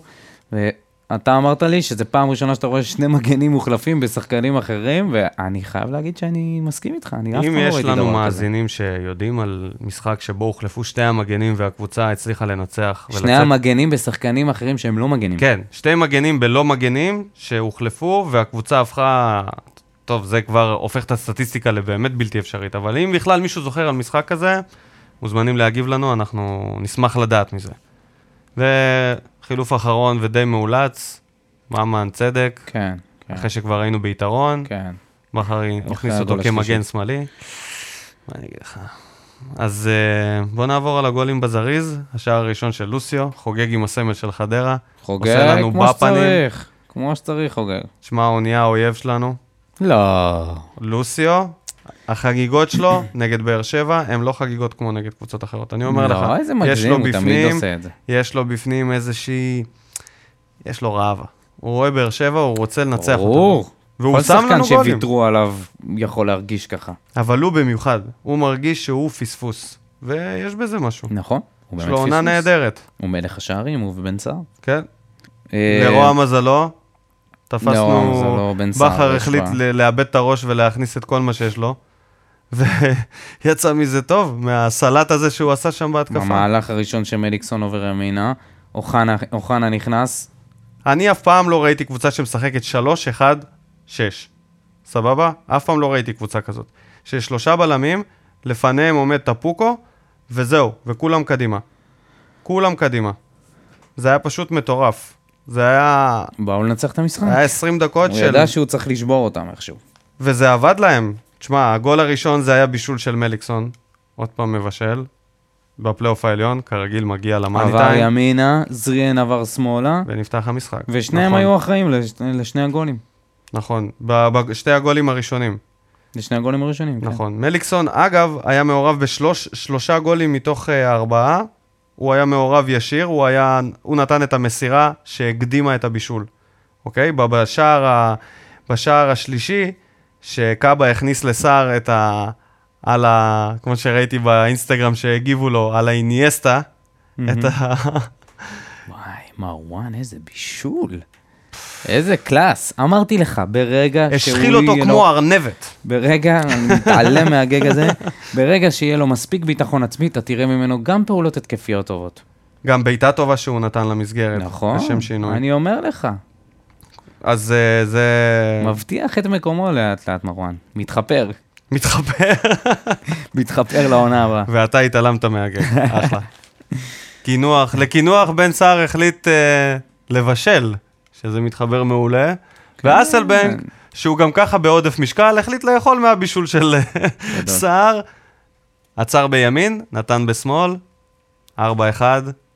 B: ואתה אמרת לי שזה פעם ראשונה שאתה רואה שני מגנים מוחלפים בשחקנים אחרים, ואני חייב להגיד שאני מסכים איתך, אני אף פעם
A: אם
B: לא ראיתי דבר
A: יש
B: כזה.
A: לנו מאזינים שיודעים על משחק שבו הוחלפו שתי המגנים והקבוצה הצליחה לנצח
B: שני המגנים בשחקנים אחרים שהם לא מגנים.
A: כן, שתי מגנים בלא מגנים שהוחלפו והקבוצה הפכה... טוב, זה כבר הופך את הסטטיסטיקה לבאמת בלתי אפשרית, אבל אם בכלל מישהו זוכר על משחק כזה, מוזמנים להגיב לנו, אנחנו נשמח לדעת מזה. וחילוף אחרון ודי מאולץ, ממן צדק,
B: כן, כן,
A: אחרי שכבר היינו ביתרון,
B: כן.
A: בכר הכניס אותו
B: הגול
A: כמגן
B: השלישי.
A: שמאלי. מה אני אגיד לך? אז אה, בוא נעבור על הגולים בזריז, השער הראשון של לוסיו, חוגג עם הסמל של חדרה. עושה
B: חוגג
A: לנו
B: כמו
A: בפנים.
B: שצריך, כמו שצריך חוגג.
A: שמע, האונייה האויב שלנו,
B: לא.
A: לוסיו, החגיגות
B: (coughs)
A: שלו נגד באר שבע, הן לא חגיגות כמו נגד קבוצות אחרות. אני אומר לך,
B: לא, איזה
A: יש לו
B: מגזים, הוא תמיד
A: בפנים,
B: עושה את זה.
A: יש לו בפנים איזושהי... יש לו רעב. הוא רואה באר שבע, הוא רוצה לנצח אותנו.
B: ברור.
A: והוא
B: כל
A: שם
B: שחקן
A: לנו גולים.
B: שוויתרו עליו יכול להרגיש ככה.
A: אבל הוא במיוחד, הוא מרגיש שהוא פספוס. ויש בזה משהו.
B: נכון. הוא
A: יש
B: באמת
A: לו עונה
B: פספוס.
A: נהדרת,
B: הוא מלך השערים, הוא ובן סער.
A: כן?
B: אה,
A: לרוע מזלו, תפסנו...
B: לרוע מזלו, בן סער,
A: בכר
B: יש
A: החליט
B: בה.
A: ל- לאבד את הראש ולהכניס את כל מה שיש לו, ויצא (laughs) מזה טוב, מהסלט הזה שהוא עשה שם בהתקפה.
B: במהלך הראשון שמליקסון עובר ימינה, אוחנה אוחנה נכנס,
A: אני אף פעם לא ראיתי קבוצה שמשחקת 3-1-6, סבבה? אף פעם לא ראיתי קבוצה כזאת. ששלושה בלמים, לפניהם עומד טפוקו, וזהו, וכולם קדימה. כולם קדימה. זה היה פשוט מטורף. זה היה...
B: באו לנצח את המשחק.
A: היה 20 דקות
B: אה, הוא
A: אה, של...
B: ידע שהוא צריך לשבור אותם איכשהו.
A: וזה עבד להם. תשמע, הגול הראשון זה היה בישול של מליקסון, עוד פעם מבשל, בפלייאוף העליון, כרגיל מגיע
B: עבר
A: למאניטיים,
B: ימינה, זריאן עבר שמאלה,
A: ונפתח המשחק.
B: ושניהם
A: נכון,
B: היו אחראים לש- לשני הגולים.
A: נכון, בשתי הגולים הראשונים,
B: לשני הגולים הראשונים, כן.
A: נכון. מליקסון, אגב, היה מעורב בשלושה גולים מתוך אה, הארבעה, הוא היה מעורב ישיר, הוא, היה, הוא נתן את המסירה שהקדימה את הבישול, אוקיי? ב- בשער, ה, בשער השלישי, שקאבה הכניס לסער את ה... על ה... כמו שראיתי באינסטגרם שהגיבו לו, על האיניאסטה, את ה...
B: וואי, מרואן, איזה בישול. איזה קלאס. אמרתי לך, ברגע שהוא
A: השחיל אותו
B: לא יהיה לו-
A: כמו ארנבת.
B: ברגע, אני מתעלם (laughs) מהגג הזה, ברגע שיהיה לו מספיק ביטחון עצמי, אתה תראה ממנו גם פעולות התקפיות טובות.
A: גם בעיטה טובה שהוא נתן למסגרת,
B: נכון?
A: לשם שינוי.
B: אני אומר לך,
A: אז אה, זה...
B: מבטיח את מקומו לאט לאט מרואן. מתחפר, (laughs)
A: מתחבר.
B: מתחפר לעונה הבאה.
A: ואתה התעלמת מהגג, אחלה. קינוח, לקינוח בן סער החליט אה, לבשל, שזה מתחבר מעולה,
B: כן.
A: ואסלבנק, שהוא גם ככה בעודף משקל, החליט לאכול מהבישול של אה, סער, עצר בימין, נתן בשמאל, 4-1,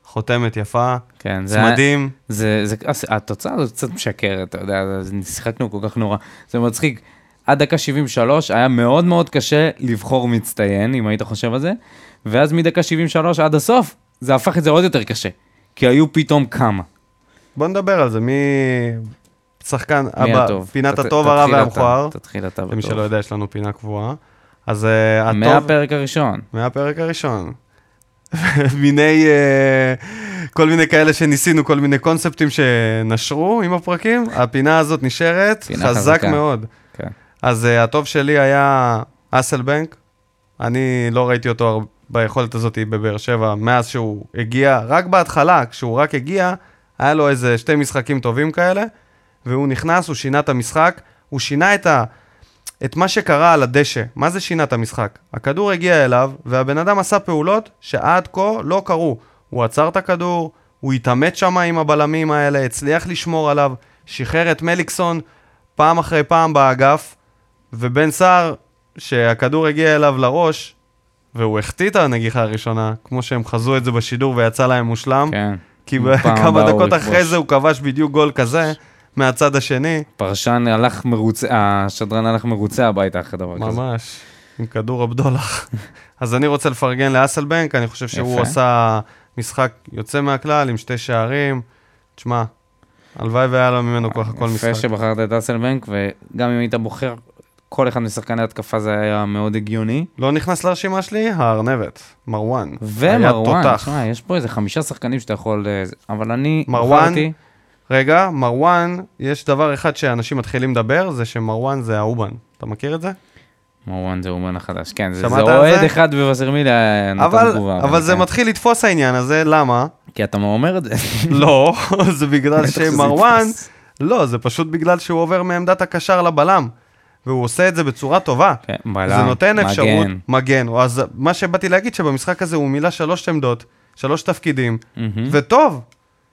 A: חותמת יפה,
B: כן, זה...
A: צמדים.
B: זה, זה, הס- התוצאה הזאת קצת משקרת, אתה יודע, זה- שיחקנו כל כך נורא. זה מצחיק. עד דקה 73 היה מאוד מאוד קשה לבחור מצטיין, אם היית חושב על זה, ואז מדקה 73 עד הסוף, זה הפך את זה עוד יותר קשה, כי היו פתאום כמה.
A: בוא נדבר על זה, מי... שחקן,
B: מי
A: אבא,
B: הטוב?
A: פינת
B: תת-
A: הטוב, הרע
B: תתחיל אתה,
A: והמכוער.
B: תתחיל אתה
A: למי שלא
B: בטוב.
A: יודע, יש לנו פינה קבועה. אז אה, הטוב...
B: מהפרק הראשון.
A: מהפרק הראשון. מיני, אה, כל מיני כאלה שניסינו, כל מיני קונספטים שנשרו עם הפרקים, הפינה הזאת נשארת
B: פינה
A: חזק
B: חזקה.
A: מאוד.
B: כן.
A: אז אה, הטוב שלי היה אסלבנק, אני לא ראיתי אותו הר- ביכולת הזאת בבאר שבע מאז שהוא הגיע, רק בהתחלה, כשהוא רק הגיע, היה לו איזה שתי משחקים טובים כאלה, והוא נכנס, הוא שינה את המשחק, הוא שינה את, ה... את מה שקרה על הדשא. מה זה שינה את המשחק? הכדור הגיע אליו, והבן אדם עשה פעולות שעד כה לא קרו. הוא עצר את הכדור, הוא התעמת שם עם הבלמים האלה, הצליח לשמור עליו, שחרר את מליקסון פעם אחרי פעם באגף, ובן סער, שהכדור הגיע אליו לראש, והוא החטיא את הנגיחה הראשונה, כמו שהם חזו את זה בשידור ויצא להם מושלם.
B: כן.
A: כי (laughs)
B: פעם
A: כמה
B: הבאה הוא
A: דקות
B: יכבוש.
A: אחרי זה הוא כבש בדיוק גול כזה מהצד השני.
B: פרשן הלך מרוצה, השדרן הלך מרוצה הביתה אחרי דבר כזה.
A: ממש. עם כדור
B: (laughs)
A: הבדולח. אז אני רוצה לפרגן לאסלבנק, אני חושב שהוא
B: יפה.
A: עשה משחק יוצא מהכלל עם שתי שערים. תשמע, הלוואי והיה לו ממנו ככה כל משחק.
B: יפה שבחרת את אסלבנק, וגם אם היית בוחר כל אחד משחקני התקפה זה היה מאוד הגיוני.
A: לא נכנס לרשימה שלי, הארנבת, מרואן. היה
B: ומרואן,
A: תותח.
B: תשמע, יש פה איזה חמישה שחקנים שאתה יכול... אה, זה- אבל אני
A: מרואן,
B: בחרתי...
A: רגע, מרואן, יש דבר אחד שאנשים מתחילים לדבר, זה שמרואן זה האובן. אתה מכיר את זה?
B: מרואן זה אומן החדש, כן, זה
A: שמעת
B: זה
A: על
B: אוהד
A: זה?
B: אחד בווסרמיליה נתן
A: אבל,
B: תגובה.
A: אבל זה
B: כן.
A: מתחיל לתפוס העניין הזה,
B: (laughs)
A: למה?
B: כי אתה אומר את זה.
A: לא, (laughs) זה
B: (laughs)
A: בגלל
B: בטח שזה
A: שמרואן,
B: יתפוס.
A: לא, זה פשוט בגלל שהוא עובר מעמדת הקשר לבלם, והוא עושה את זה בצורה טובה.
B: כן, בלם,
A: זה נותן אפשרות,
B: מגן.
A: מגן. אז מה שבאתי להגיד שבמשחק הזה הוא מילא שלוש עמדות, שלוש תפקידים,
B: מהמם.
A: וטוב.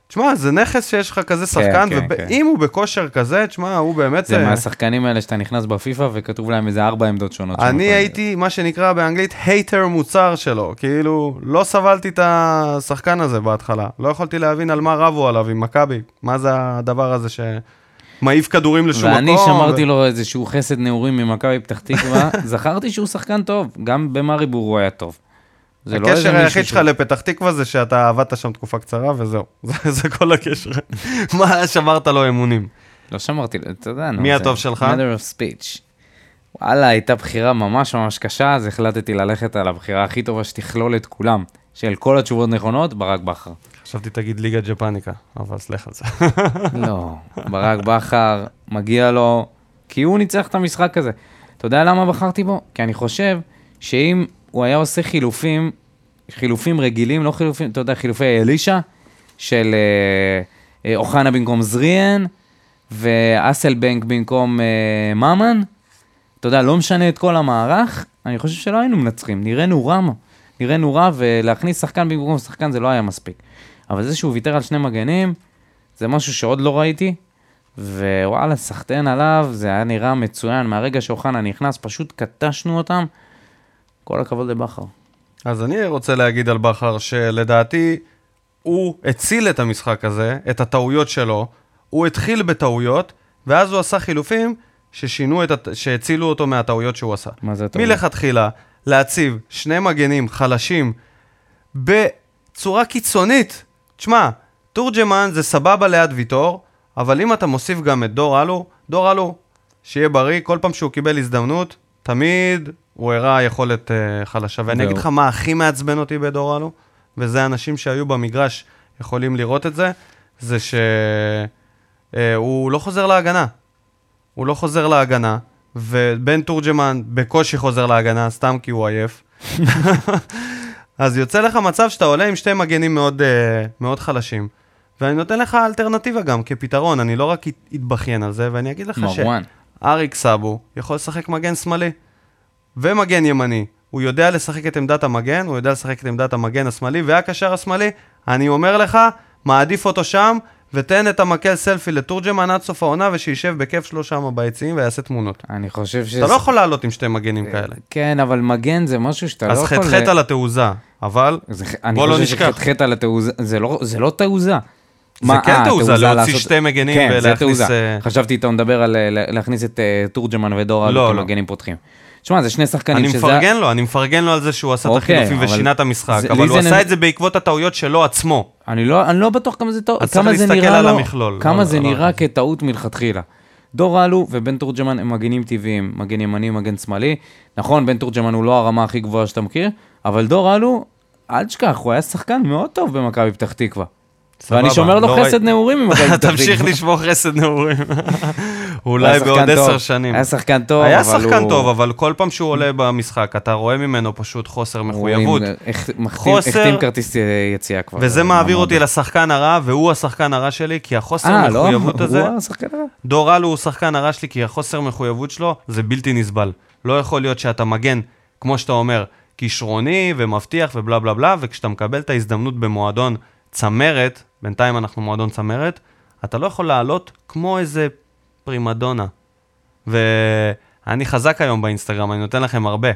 A: תשמע, זה נכס שיש לך כזה שחקן,
B: כן, כן.
A: ואם הוא בכושר כזה, תשמע, הוא באמת...
B: זה
A: אה,
B: מהשחקנים האלה שאתה נכנס בפיפא וכתוב להם איזה ארבע עמדות שונות. שהם
A: אני
B: יכולים-
A: הייתי, מה שנקרא באנגלית, הייטר מוצר שלו. כאילו, לא סבלתי את השחקן הזה בהתחלה. לא יכולתי להבין על מה רבו עליו עם מכבי. מה זה הדבר הזה שמעיף כדורים לשום
B: ואני
A: מקום?
B: שמרתי לו איזשהו חסד נעורים ממכבי פתח תקווה, (laughs) זכרתי שהוא שחקן טוב, גם במאריבור הוא היה טוב. זה לא איזה
A: הקשר
B: מישהו
A: היחיד שלך
B: שהוא-
A: לפתח תקווה זה שאתה עבדת שם תקופה קצרה וזהו. (laughs) זה זה כל הקשר. מה שמרת לו אמונים.
B: לא שמרתי, לו, אתה יודע, נו,
A: מי
B: זה
A: הטוב שלך?
B: matter of speech. וואלה, הייתה בחירה ממש ממש קשה, אז החלטתי ללכת על הבחירה הכי טובה שתכלול את כולם, של כל התשובות נכונות, ברק בכר.
A: חשבתי תגיד ליגה ג'פניקה, אבל סליח על זה. (laughs)
B: לא, ברק בכר, מגיע לו, כי הוא ניצח את המשחק הזה. אתה יודע למה בחרתי בו? כי אני חושב שאם הוא היה עושה חילופים, חילופים רגילים, לא חילופים, אתה יודע, חילופי אלישע, של אה, אה, אוחנה במקום זריאן, ואסלבנק במקום אה, ממן, אתה יודע, לא משנה את כל המערך, אני חושב שלא היינו מנצחים, נראינו רע, נראינו רע, ולהכניס שחקן במקום שחקן זה לא היה מספיק. אבל זה שהוא ויתר על שני מגנים, זה משהו שעוד לא ראיתי, ווואלה, סחטיין עליו, זה היה נראה מצוין, מהרגע שאוחנה נכנס, פשוט קטשנו אותם. כל הכבוד לבכר.
A: אז אני רוצה להגיד על בכר שלדעתי הוא הציל את המשחק הזה, את הטעויות שלו. הוא התחיל בטעויות, ואז הוא עשה חילופים ששינו את, הט- שהצילו אותו מהטעויות שהוא עשה.
B: מה זה הטעויות?
A: מלכתחילה, להציב שני מגנים חלשים בצורה קיצונית. תשמע, תורג'מן זה סבבה ליד ויטור, אבל אם אתה מוסיף גם את דור אלו, דור אלו, שיהיה בריא, כל פעם שהוא קיבל הזדמנות, תמיד הוא הראה יכולת uh, חלשה. ואני
B: זהו.
A: אגיד לך מה הכי מעצבן אותי בדור אלו, וזה אנשים שהיו במגרש יכולים לראות את זה, זה שהוא לא חוזר להגנה. הוא לא חוזר להגנה, ובן תורג'מן בקושי חוזר להגנה, סתם כי הוא עייף. (laughs) אז יוצא לך מצב שאתה עולה עם שתי מגנים מאוד, אה, מאוד חלשים. ואני נותן לך אלטרנטיבה גם כפתרון, אני לא רק את- אתבכיין על זה, ואני אגיד לך
B: מרואן.
A: שאריק סאבו יכול לשחק מגן שמאלי ומגן ימני. הוא יודע לשחק את עמדת המגן, הוא יודע לשחק את עמדת המגן השמאלי והקשר השמאלי. אני אומר לך, מעדיף אותו שם, ותן את המקל סלפי לתורג'מן עד סוף העונה, ושישב בכיף שלו שם ביציעים ויעשה תמונות.
B: אני חושב ש...
A: אתה לא יכול לעלות עם שתי מגנים כאלה.
B: כן, אבל מגן זה משהו שאתה לא
A: אז
B: יכול...
A: חטחט על התעוזה, אבל
B: זה... אני
A: בוא לא
B: חושב
A: נשכח.
B: שחטחט על התעוזה, זה לא, זה לא תעוזה.
A: זה כן
B: אה,
A: תעוזה, להוציא
B: לעשות-
A: שתי מגנים
B: כן, זה
A: ולהכניס,
B: תעוזה.
A: אה,
B: חשבתי אתה מדבר על אה, לה- להכניס את אה, תורג'מן ודור
A: לא,
B: לא,
A: לא.
B: כמגנים פותחים. שמע, זה שני שחקנים
A: אני
B: שזה...
A: מפרגן לו, אני מפרגן לו על זה שהוא עשה את
B: אוקיי,
A: החילופים
B: אבל-
A: ושינה את המשחק,
B: זה- לי
A: אבל הוא
B: זה
A: עשה
B: נ-
A: את זה בעקבות הטעויות שלו עצמו.
B: אני לא, אני לא בטוח כמה זה טעות,
A: אז
B: כמה
A: צריך
B: זה
A: להסתכל
B: נראה
A: על
B: לו,
A: המכלול,
B: כמה
A: לא-
B: זה
A: לא-
B: נראה כטעות מלכתחילה. דור אלו ובן תורג'מן הם מגנים טבעיים, מגן ימני, מגן שמאלי. נכון, בן תורג'מן הוא לא הרמה הכי גבוהה שאתה מכיר, אבל דור אלו, אל תשכח, הוא היה שחקן מאוד טוב במכבי פתח תקווה.
A: סבבה,
B: ואני שומר לו
A: לא
B: חסד
A: ראיתי.
B: נעורים
A: (laughs)
B: ממכבי פתח תקווה.
A: תמשיך לשמור חסד נעורים.
B: (laughs) הוא היה
A: אולי
B: שחקן
A: בעוד
B: טוב.
A: עשר שנים.
B: היה שחקן טוב,
A: היה
B: אבל
A: שחקן
B: הוא-
A: טוב, אבל כל פעם שהוא עולה במשחק, אתה רואה ממנו פשוט חוסר
B: הוא עם-
A: מחויבות.
B: החת- מחתים-
A: חוסר-
B: החתים כרטיס אה, יציאה כבר.
A: וזה
B: אה,
A: מעביר
B: מעמד.
A: אותי לשחקן הרע, והוא השחקן הרע שלי, כי החוסר
B: אה, לא?
A: מחויבות הזה,
B: הוא השחקן הרע?
A: דור אלו הוא שחקן הרע שלי, כי החוסר מחויבות שלו זה בלתי נסבל. לא יכול להיות שאתה מגן, כמו שאתה אומר, כישרוני ומבטיח ובלה בלה בלה, וכשאתה מקבל את ההזדמנות במועדון צמרת, בינתיים אנחנו מועדון צמרת, אתה לא יכול לעלות כמו איזה פרימדונה. ואני חזק היום באינסטגרם, אני נותן לכם הרבה.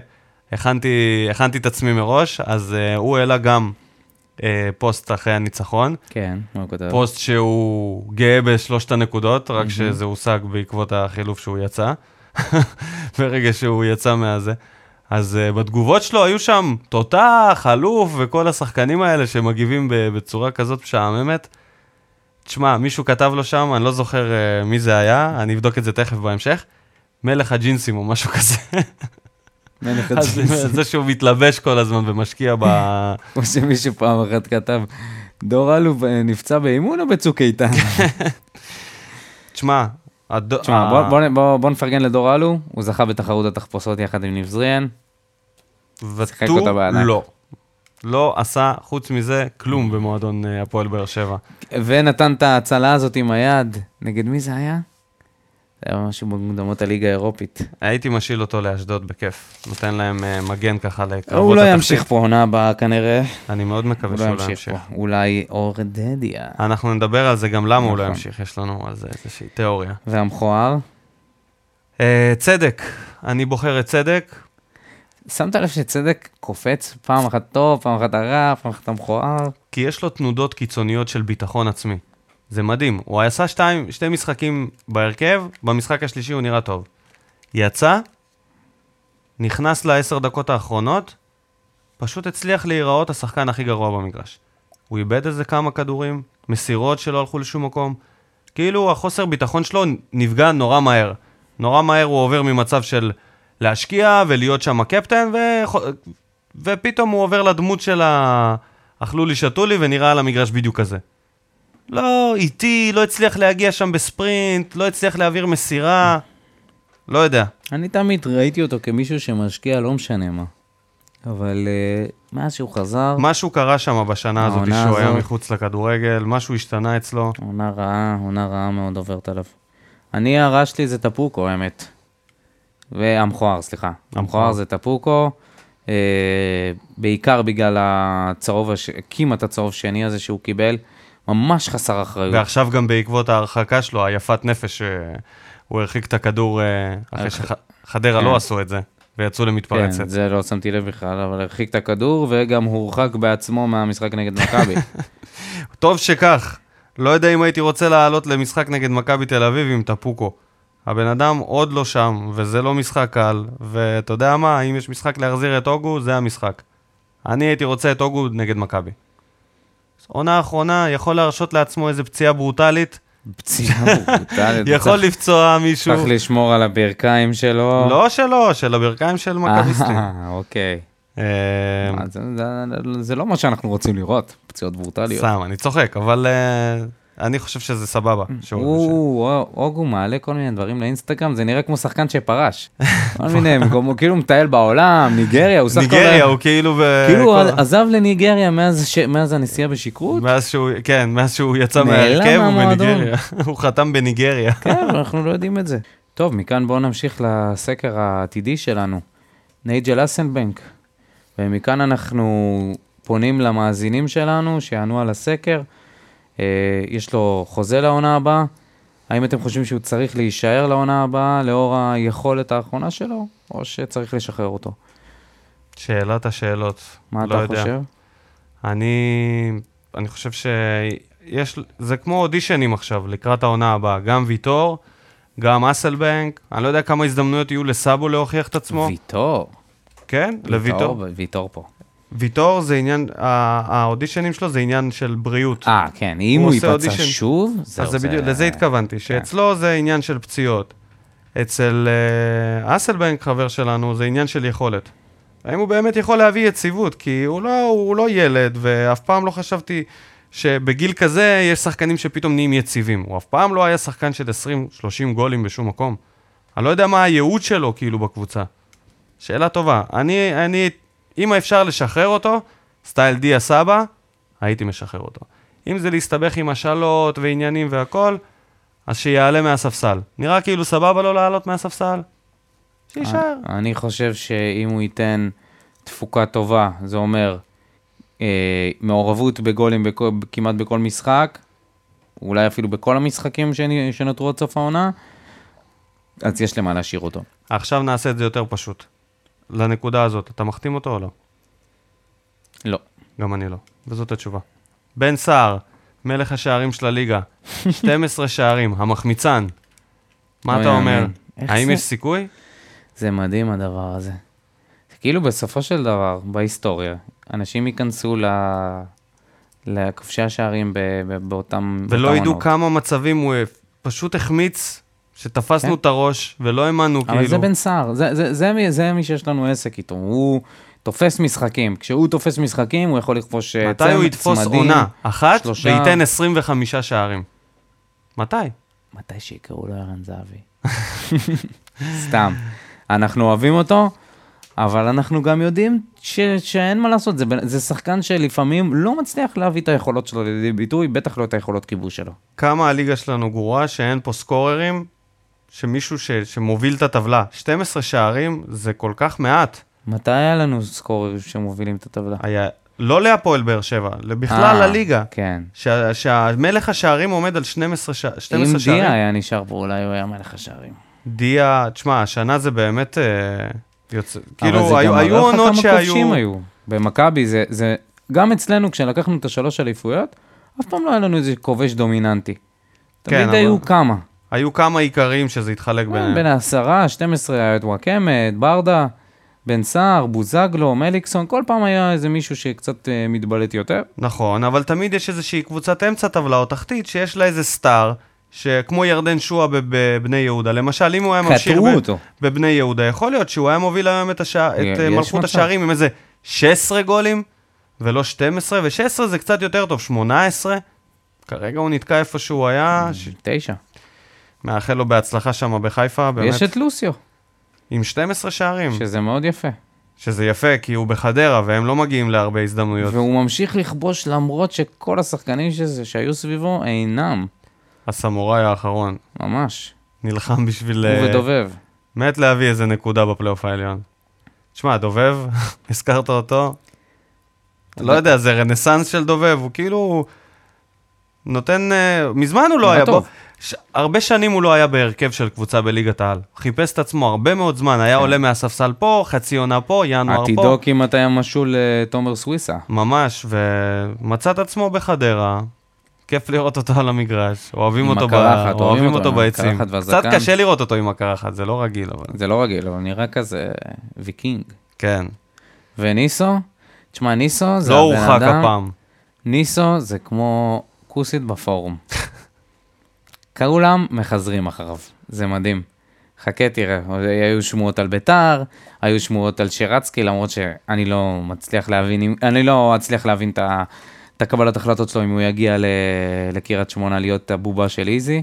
A: הכנתי, הכנתי את עצמי מראש, אז uh, הוא העלה גם uh, פוסט אחרי הניצחון.
B: כן, מה הוא כותב?
A: פוסט שהוא גאה בשלושת הנקודות, רק (laughs) שזה הושג בעקבות החילוף שהוא יצא. ברגע שהוא יצא מהזה. אז אה, בתגובות שלו היו שם תותח, אלוף וכל השחקנים האלה שמגיבים ב- בצורה כזאת משעממת. תשמע, מישהו כתב לו שם, אני לא זוכר אה, מי זה היה, אני אבדוק את זה תכף בהמשך. מלך הג'ינסים או משהו כזה.
B: מלך
A: אז
B: (laughs) הג'ינסים.
A: זה שהוא מתלבש כל הזמן ומשקיע ב...
B: כמו שמישהו פעם אחת כתב, דור אלו אה, נפצע באימון או בצוק איתן?
A: תשמע, הד...
B: (laughs) תשמע, בוא- בוא- בוא- בוא נפרגן לדור אלו, הוא זכה בתחרות התחפושות יחד עם ניב זריאן. שיחק
A: וטו
B: אותה בענק.
A: לא. לא עשה חוץ מזה כלום במועדון אה, הפועל באר שבע.
B: ונתן את ההצלה הזאת עם היד. נגד מי זה היה? זה היה משהו במוקדמות הליגה האירופית.
A: הייתי משיל אותו לאשדוד בכיף. נותן להם אה, מגן ככה לקרבות התחתית.
B: הוא לא ימשיך פה עונה הבאה כנראה.
A: אני מאוד מקווה
B: הוא לא
A: שהוא לא
B: ימשיך
A: ימשיך.
B: פה. אולי אור דדיה.
A: אנחנו נדבר על זה גם למה הוא לא
B: נכון.
A: ימשיך, יש לנו על זה איזושהי תיאוריה.
B: והמכוער.
A: אה, צדק, אני בוחר את צדק.
B: שמת לב שצדק קופץ פעם אחת טוב, פעם אחת הרע, פעם אחת המכוער.
A: כי יש לו תנודות קיצוניות של ביטחון עצמי. זה מדהים. הוא עשה שתיים, שתי משחקים בהרכב, במשחק השלישי הוא נראה טוב. יצא, נכנס לעשר דקות האחרונות, פשוט הצליח להיראות השחקן הכי גרוע במגרש. הוא איבד איזה כמה כדורים, מסירות שלא הלכו לשום מקום. כאילו החוסר ביטחון שלו נפגע נורא מהר. נורא מהר הוא עובר ממצב של להשקיע ולהיות שם הקפטן, ו... ופתאום הוא עובר לדמות של ה... אכלו לי, שתו לי, ונראה על המגרש בדיוק כזה. לא, איטי, לא הצליח להגיע שם בספרינט, לא הצליח להעביר מסירה, לא יודע.
B: אני תמיד ראיתי אותו כמישהו שמשקיע לא משנה מה. אבל אה, מאז שהוא חזר,
A: משהו קרה שם בשנה הזאת
B: העונה
A: שהוא היה
B: הזאת.
A: מחוץ לכדורגל, משהו השתנה אצלו.
B: עונה רעה, עונה רעה מאוד עוברת עליו. אני, הרע שלי זה טפוקו, האמת. והמכוער, סליחה. המכוער זה טפוקו, אה, בעיקר בגלל הצהוב, הש... כמעט הצהוב שני הזה שהוא קיבל, ממש חסר אחריות.
A: ועכשיו גם בעקבות ההרחקה שלו, היפת נפש, אה, הוא הרחיק את הכדור אה, אחרי
B: הרח-
A: שחדרה
B: כן.
A: לא עשו את זה, ויצאו למתפרצת.
B: כן, זה לא שמתי לב בכלל, אבל הרחיק את הכדור, וגם הוא הורחק בעצמו מהמשחק נגד מכבי.
A: טוב שכך. לא יודע אם הייתי רוצה לעלות למשחק נגד מכבי תל אביב עם טפוקו. הבן אדם עוד לא שם, וזה לא משחק קל, ואתה יודע מה, אם יש משחק להחזיר את אוגו, זה המשחק. אני הייתי רוצה את אוגו נגד מכבי. עונה אחרונה, יכול להרשות לעצמו איזה פציעה ברוטלית,
B: פציעה
A: (laughs)
B: ברוטלית.
A: יכול
B: צריך-
A: לפצוע מישהו,
B: צריך לשמור על הברכיים שלו.
A: לא שלו, של הברכיים של מכביסטים.
B: אה, (laughs) אוקיי.
A: (laughs) אה,
B: מה, זה- זה- זה לא מה שאנחנו רוצים לראות, פציעות ברוטליות.
A: סתם, אני צוחק, אבל אה, אני חושב שזה סבבה. שהוא-
B: אה, הוא, אוגו מעלה כל מיני דברים לאינסטגרם, זה נראה כמו
A: (laughs)
B: שחקן שפרש. כל מיני, מקום- הוא כאילו מטייל בעולם, ניגריה, הוא סך הכל...
A: ניגריה הוא כאילו... ב-
B: כאילו הוא
A: כל-
B: עזב לניגריה מאז ש- מאז הנסיעה בשכרות?
A: מאז שהוא, כן, מאז שהוא יצא
B: נעלם
A: מההרכב הוא
B: מהמועדון.
A: בניגריה. (laughs) הוא חתם בניגריה.
B: כן, אבל אנחנו לא יודעים את זה. טוב, מכאן בואו נמשיך לסקר העתידי שלנו. נייג'ל אסנבנק. ומכאן אנחנו פונים למאזינים שלנו שיענו על הסקר. אה, יש לו חוזה לעונה הבאה. האם אתם חושבים שהוא צריך להישאר לעונה הבאה לאור היכולת האחרונה שלו, או שצריך לשחרר אותו?
A: שאלת השאלות.
B: מה
A: לא
B: אתה
A: יודע.
B: חושב?
A: אני, אני חושב שיש, זה כמו אודישנים עכשיו, לקראת העונה הבאה. גם ויטור, גם אסלבנק, אני לא יודע כמה הזדמנויות יהיו לסאבו להוכיח את עצמו.
B: ויטור.
A: כן, לויטור.
B: ויטור פה.
A: ויטור זה עניין, ה- האודישנים שלו זה עניין של בריאות.
B: אה, כן, אם
A: הוא
B: הוא
A: עושה
B: ייפצע
A: אודישן.
B: שוב, זהו, כן.
A: אז זה בדיוק, לזה התכוונתי, שאצלו זה עניין של פציעות. אצל אה, אסלבנק, חבר שלנו, זה עניין של יכולת. האם הוא באמת יכול להביא יציבות? כי הוא לא, הוא לא ילד, ואף פעם לא חשבתי שבגיל כזה יש שחקנים שפתאום נהיים יציבים. הוא אף פעם לא היה שחקן של 20-30 גולים בשום מקום. אני לא יודע מה הייעוד שלו כאילו בקבוצה. שאלה טובה. אני, אני, אם אפשר לשחרר אותו, סטייל דיה סבא, הייתי משחרר אותו. אם זה להסתבך עם השאלות ועניינים והכל, אז שיעלה מהספסל. נראה כאילו סבבה לו לעלות מהספסל? שיישאר.
B: אני חושב שאם הוא ייתן תפוקה טובה, זה אומר אה, מעורבות בגולים בכ... כמעט בכל משחק, אולי אפילו בכל המשחקים שנ... שנותרו עד סוף העונה, אז יש למה להשאיר אותו.
A: עכשיו נעשה את זה יותר פשוט. לנקודה הזאת, אתה מחתים אותו או לא?
B: לא.
A: גם אני לא. וזאת התשובה. בן סער, מלך השערים של
B: (laughs)
A: הליגה, 12 שערים, המחמיצן. מה
B: לא
A: אתה אומר?
B: יאמן. איך
A: האם
B: זה?
A: יש סיכוי?
B: זה מדהים הדבר הזה. זה כאילו בסופו של דבר, בהיסטוריה, אנשים ייכנסו ל... לכובשי השערים ב... ב... באותם...
A: ולא
B: באותם
A: ידעו
B: עונות.
A: כמה מצבים הוא אה, פשוט החמיץ, שתפסנו
B: כן.
A: את הראש ולא האמנו,
B: אבל זה
A: כאילו.
B: בן סער, זה, זה, זה, מי- זה מי שיש לנו עסק איתו, הוא תופס משחקים. כשהוא תופס משחקים, הוא יכול לכבוש אה,
A: מתי הוא
B: צמד,
A: יתפוס
B: צמדים.
A: עונה אחת
B: שלושה.
A: וייתן 25 שערים? מתי?
B: מתי שיקראו לו ערן זהבי. (laughs) סתם. אנחנו אוהבים אותו, אבל אנחנו גם יודעים ש, שאין מה לעשות, זה, בן- זה שחקן שלפעמים לא מצליח להביא את היכולות שלו לידי ביטוי, בטח לא את היכולות כיבוש שלו.
A: כמה הליגה שלנו גרועה שאין פה סקוררים, שמישהו ש, שמוביל את הטבלה. 12 שערים זה כל כך מעט.
B: מתי היה לנו סקוררים שמובילים את הטבלה?
A: היה לא להפועל באר שבע, בכלל
B: אה,
A: לליגה.
B: כן.
A: שה- שהמלך השערים עומד על 12, ש... 12
B: אם
A: שערים.
B: דיה היה נשאר פה, אולי הוא היה מלך השערים.
A: דיה, תשמע, השנה זה באמת אה, יוצא,
B: אבל זה
A: כאילו,
B: גם
A: היו,
B: מראה
A: היו
B: לך
A: עונות
B: כמה כובשים
A: שהיו,
B: היו. במכבי זה, זה, גם אצלנו כשלקחנו את השלוש אליפויות, אף פעם לא היה לנו איזה כובש דומיננטי.
A: כן,
B: תמיד
A: אבל-
B: היו כמה. כן,
A: היו כמה עיקרים שזה התחלק ביניהם.
B: אה, בין העשרה, 12 היה את וואקמת, ברדה, בן סער, בוזגלו, מליקסון, כל פעם היה איזה מישהו שקצת אה, מתבלט יותר.
A: נכון, אבל תמיד יש איזושהי קבוצת אמצע טבלה או תחתית שיש לה איזה סטאר, שכמו ירדן שועה בב- בבני יהודה, למשל, אם הוא היה ממשיך
B: קטעו
A: ב-
B: אותו.
A: בבני יהודה, יכול להיות שהוא היה מוביל היום את, השע...
B: י-
A: את אה,
B: יש
A: מלכות
B: מצב.
A: השערים עם איזה 16 גולים, ולא 12, ו-16 זה קצת יותר טוב, 18. כרגע הוא נתקע איפה שהוא היה,
B: אה.
A: ש...
B: תשע.
A: מאחל לו בהצלחה שם בחיפה, באמת, Mm.
B: יש את לוסיו,
A: עם 12 שערים,
B: שזה מאוד יפה.
A: שזה יפה, כי הוא בחדרה, והם לא מגיעים להרבה הזדמנויות.
B: והוא ממשיך לכבוש למרות שכל השחקנים שזה, שהיו סביבו אינם,
A: הסמוראי האחרון
B: ממש.
A: נלחם בשביל...
B: הוא
A: אה,
B: ודובב.
A: מת להביא איזה נקודה בפלייאוף העליון. תשמע, דובב, (laughs) הזכרת אותו? לא יודע, זה רנסאנס של דובב, הוא כאילו נותן... אה, מזמן הוא לא
B: נראה
A: היה
B: טוב.
A: בו. ש... הרבה שנים הוא לא היה בהרכב של קבוצה בליגת העל. הוא חיפש את עצמו הרבה מאוד זמן, היה עולה מהספסל פה, חצי עונה פה, ינואר פה.
B: כן. עתידו כמעט היה משול לתומר סוויסה.
A: ממש, ומצא את עצמו בחדרה. כיף לראות אותו על המגרש, אוהבים
B: עם
A: אותו, ב...
B: הקרחת, אוהבים
A: אוהבים
B: אותו
A: אותו
B: עם
A: ביצים.
B: הקרחת
A: קצת
B: והזקן.
A: קשה לראות אותו עם הקרחת, זה לא רגיל, אבל
B: זה לא רגיל, הוא נראה כזה ויקינג.
A: כן.
B: וניסו? תשמע, ניסו זה
A: לא
B: הבן
A: הורחק
B: אדם-
A: הפעם.
B: ניסו זה כמו כוסית בפורום. כולם מחזרים אחריו, זה מדהים. חכה תראה, היו שמועות על ביתר, היו שמועות על שרצקי, למרות שאני לא מצליח להבין, אם- אני לא אצליח להבין את ה- את הקבלת החלטות שלו אם הוא יגיע ל- לקריית שמונה להיות הבובה של איזי.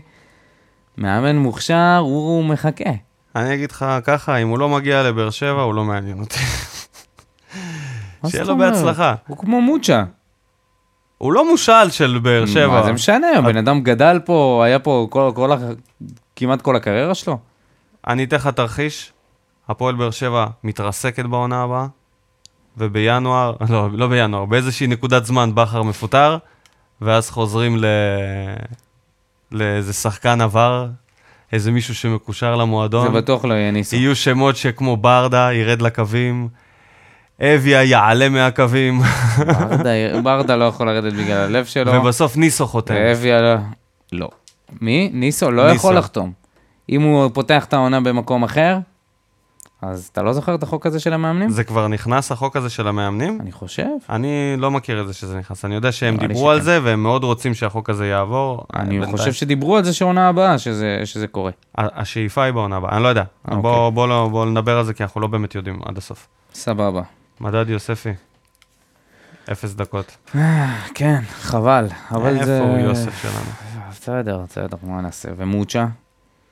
B: מאמן מוכשר, הוא מחכה.
A: אני אגיד לך ככה, אם הוא לא מגיע לבאר שבע, הוא לא מעניין אותי.
B: מה
A: שיהיה
B: זאת
A: לו
B: אומרת?
A: בהצלחה.
B: הוא כמו מוצ'ה.
A: הוא לא מושל של באר
B: מה
A: שבע.
B: זה משנה, הבן אדם גדל פה, היה פה כל, כל, ה- כמעט כל הקריירה שלו.
A: אני אתן לך תרחיש, הפועל באר שבע מתרסקת בעונה הבאה, ובינואר, (laughs) לא, לא בינואר, באיזושהי נקודת זמן בכר מפוטר, ואז חוזרים ל... לאיזה שחקן עבר, איזה מישהו שמקושר
B: זה
A: למועדון.
B: בטוח לא יהיה ניסו.
A: יהיו שמות שכמו ברדה ירד לקווים, אביה יעלה מהקווים,
B: ברדה- ברדה לא יכול לרדת בגלל הלב שלו,
A: (laughs) ובסוף ניסו חותם.
B: ואביה לא. לא. מי? ניסו לא
A: ניסו.
B: יכול לחתום. אם הוא פותח את העונה במקום אחר, אז אתה לא זוכר את החוק הזה של המאמנים?
A: זה כבר נכנס, החוק הזה של המאמנים?
B: אני חושב.
A: אני לא מכיר את זה שזה נכנס. אני יודע שהם
B: נראה לי
A: דיברו על
B: לא, שכן.
A: זה, והם מאוד רוצים שהחוק הזה יעבור.
B: אני
A: בינתיים-
B: חושב שדיברו על זה שעונה הבאה, שזה שזה קורה.
A: ה- השאיפה היא בעונה הבאה, אני לא יודע.
B: אוקיי.
A: בואו בוא, לא- בוא נדבר על זה, כי אנחנו לא באמת יודעים עד הסוף.
B: סבבה.
A: מדד יוספי, אפס דקות.
B: כן, חבל. אבל זה...
A: איפה הוא יוסף שלנו?
B: בסדר, בסדר, מה נעשה? ומוצ'ה?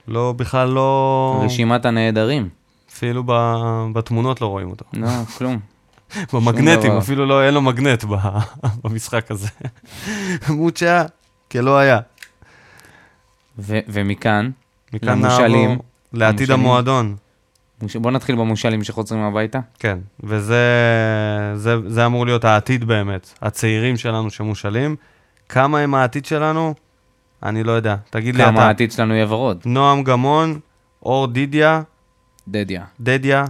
A: לא, בכלל לא...
B: רשימת הנעדרים.
A: אפילו ב... בתמונות לא רואים אותו.
B: לא, כלום.
A: במגנטים,
B: דבר.
A: אפילו לא, אין לו מגנט ב... (laughs) במשחק הזה. מוצ'ה, כלא היה.
B: ו- ומכאן,
A: מכאן
B: למושאלים.
A: נעבור לעתיד
B: למושאלים.
A: המועדון.
B: מוש- בוא נתחיל במושאלים שחוזרים הביתה.
A: כן, וזה זה, זה אמור להיות העתיד באמת. הצעירים שלנו שמושאלים, כמה הם העתיד שלנו? אני לא יודע. תגיד לי
B: כמה
A: אתה.
B: העתיד שלנו יהיה ורוד.
A: נועם גמון, אור דידיה,
B: דדיה.
A: דדיה,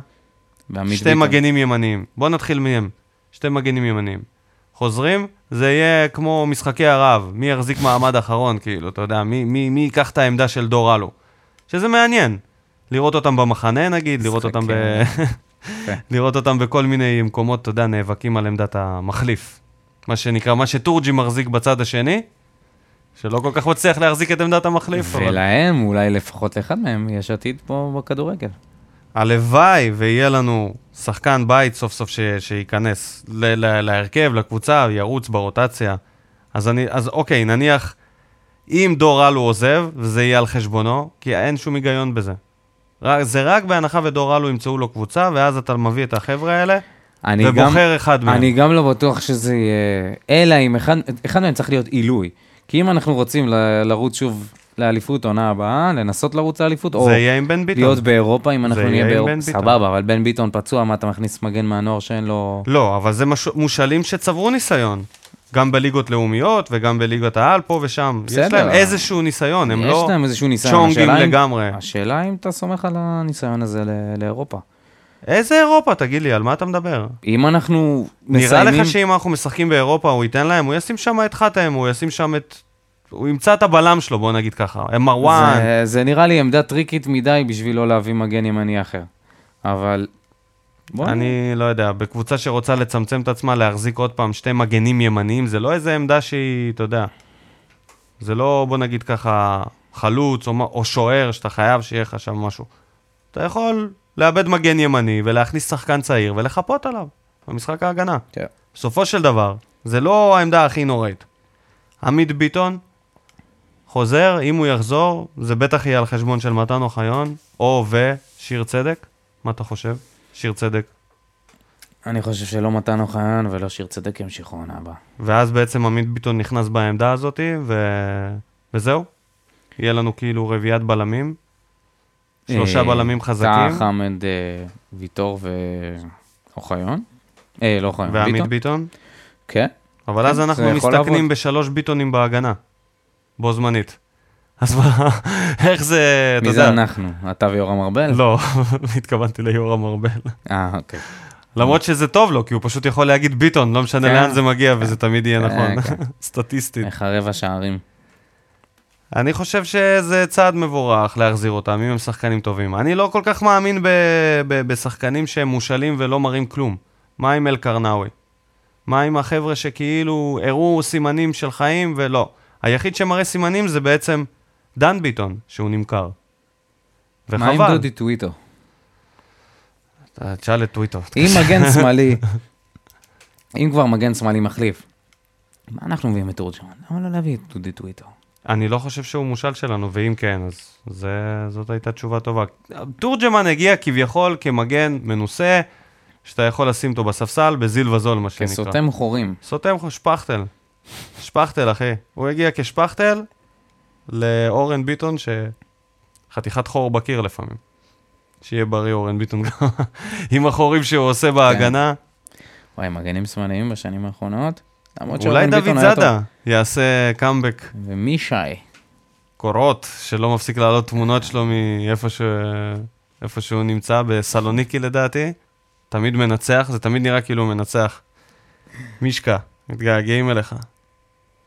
B: ועמית
A: שתי מגנים ימניים. בוא נתחיל מהם. שתי מגנים ימניים. חוזרים, זה יהיה כמו משחקי הרב, מי יחזיק מעמד אחרון, כאילו, אתה יודע, מי, מי, מי ייקח את העמדה של דור אלו. שזה מעניין. לראות אותם במחנה, נגיד, לראות
B: משחקי
A: אותם ב... (laughs) לראות אותם בכל מיני מקומות, אתה יודע, נאבקים על עמדת המחליף. מה שנקרא, מה שטורג'י מחזיק בצד השני, שלא כל כך מצליח להחזיק את עמדת המחליף. אבל...
B: ולהם, אולי לפחות לאחד מהם, יש עתיד פה בכדורגל.
A: הלוואי ויהיה לנו שחקן בית סוף סוף ש... שייכנס ל... ל... להרכב, לקבוצה, ירוץ ברוטציה. אז, אני... אז אוקיי, נניח, אם דור אלו עוזב, וזה יהיה על חשבונו, כי אין שום היגיון בזה. רק... זה רק בהנחה ודור אלו ימצאו לו קבוצה, ואז אתה מביא את החבר'ה האלה,
B: אני
A: ובוחר אחד מהם.
B: אני גם לא בטוח שזה יהיה... אלא אם אחד, אחד מהם צריך להיות עילוי. כי אם אנחנו רוצים ל- לרוץ שוב לאליפות עונה הבאה, לנסות לרוץ לאליפות, או
A: זה יהיה עם בן ביטון.
B: להיות באירופה, אם אנחנו
A: יהיה
B: נהיה
A: עם
B: באירופה,
A: בן ביטון.
B: סבבה, אבל בן ביטון פצוע, מה אתה מכניס מגן מהנוער שאין לו...
A: לא, אבל זה מש... מושאלים שצברו ניסיון. גם בליגות לאומיות וגם בליגת העל, פה ושם. בסדר. יש
B: בסדר.
A: להם איזשהו ניסיון, הם
B: יש
A: לא
B: להם איזשהו ניסיון.
A: צ'ונגים
B: השאלה אם-
A: לגמרי.
B: השאלה אם אתה סומך על הניסיון הזה ל- לאירופה.
A: איזה אירופה, תגיד לי, על מה אתה מדבר?
B: אם אנחנו
A: נראה
B: מסיימים...
A: לך שאם אנחנו משחקים באירופה, הוא ייתן להם, הוא ישים שם את חתם, הוא ישים שם את... הוא ימצא את הבלם שלו, בוא נגיד ככה. מרואן.
B: זה, זה נראה לי עמדה טריקית מדי בשביל לא להביא מגן ימני אחר. אבל... בוא
A: אני לא יודע, בקבוצה שרוצה לצמצם את עצמה, להחזיק עוד פעם שתי מגנים ימניים, זה לא איזה עמדה שהיא, אתה יודע, זה לא, בוא נגיד ככה, חלוץ או, מה- או שוער, שאתה חייב שיהיה לך שם משהו. אתה יכול לאבד מגן ימני ולהכניס שחקן צעיר ולחפות עליו במשחק ההגנה.
B: כן.
A: בסופו של דבר, זה לא העמדה הכי נוראית. עמית ביטון חוזר, אם הוא יחזור, זה בטח יהיה על חשבון של מתן אוחיון, או ושיר צדק. מה אתה חושב? שיר צדק.
B: אני חושב שלא מתן אוחיון ולא שיר צדק ימשיכו עונה הבאה.
A: ואז בעצם עמית ביטון נכנס בעמדה הזאת, ו... וזהו. יהיה לנו כאילו רביעיית בלמים, שלושה
B: אה,
A: בלמים
B: טאה,
A: חזקים,
B: חמד, אה, ויטור ואוחיון. אה, לא אוחיון,
A: ועמית
B: ביטון.
A: ביטון.
B: כן.
A: אבל אז
B: כן, זה
A: אנחנו
B: יכול
A: מסתכנים
B: לעבוד.
A: בשלוש ביטונים בהגנה, בו זמנית. אז מה, איך זה, אתה
B: מי זה
A: יודע,
B: אנחנו? אתה ויורם ארבל?
A: לא, (laughs) התכוונתי ליורם ארבל.
B: אה, אוקיי.
A: למרות שזה טוב לו, כי הוא פשוט יכול להגיד ביטון, לא משנה
B: כן.
A: לאן זה מגיע, וזה תמיד יהיה
B: כן,
A: נכון, (laughs)
B: כן.
A: סטטיסטית.
B: איך הרבע שערים.
A: אני חושב שזה צעד מבורך להחזיר אותם, אם הם שחקנים טובים. אני לא כל כך מאמין ב- ב- בשחקנים שהם מושאלים ולא מראים כלום. מה עם אלקרנאווי? מה עם החבר'ה שכאילו הראו סימנים של חיים ולא? היחיד שמראה סימנים זה בעצם דן ביטון, שהוא נמכר.
B: מה עם
A: וחבל.
B: דודי טוויטו?
A: אה, תשאל את טוויטו.
B: אם
A: (laughs)
B: מגן שמאלי, אם כבר מגן שמאלי מחליף, מה אנחנו מביאים את תורג'מן? למה לא להביא את דודי טוויטו?
A: אני לא חושב שהוא מושל שלנו, ואם כן, אז זה, זאת הייתה תשובה טובה. תורג'מן הגיע כביכול כמגן מנוסה, שאתה יכול לשים אותו בספסל, בזיל וזול, מה שנקרא.
B: כסותם חורים.
A: סותם חו- שפכטל. שפכטל, אחי. הוא הגיע כשפכטל לאורן ביטון, שחתיכת חור בקיר לפעמים. שיהיה בריא אורן ביטון גם, (laughs) עם החורים שהוא עושה בהגנה.
B: כן. וואי, מגנים שמאליים בשנים האחרונות? למרות
A: אולי
B: שאורן ביטון
A: דוד
B: היה טוב.
A: זאדה יעשה קאמבק
B: ומישי.
A: קורות, שלא מפסיק לעלות תמונות שלו מאיפה ש... איפה שהוא נמצא, בסלוניקי לדעתי. תמיד מנצח, זה תמיד נראה כאילו הוא מנצח. מישקה, מתגעגעים אליך.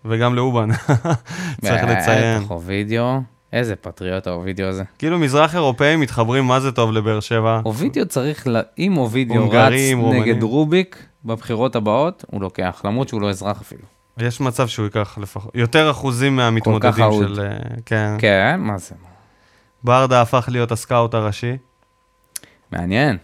A: וגם לאובן, (laughs) צריך
B: אה,
A: לציין.
B: בטח אובידיו. איזה פטריוט האובידיו הזה.
A: כאילו מזרח אירופאים מתחברים מה זה טוב לבאר שבע.
B: אובידיו צריך, ל- אם אובידיו רץ
A: הונגרים, רומנים.
B: נגד רוביק בבחירות הבאות, הוא לוקח, למרות שהוא לא אזרח אפילו.
A: יש מצב שהוא ייקח לפחות, יותר אחוזים מהמתמודדים
B: אהוד.
A: של... אה, כן.
B: כן, מה זה?
A: ברדה הפך להיות הסקאוט הראשי.
B: מעניין.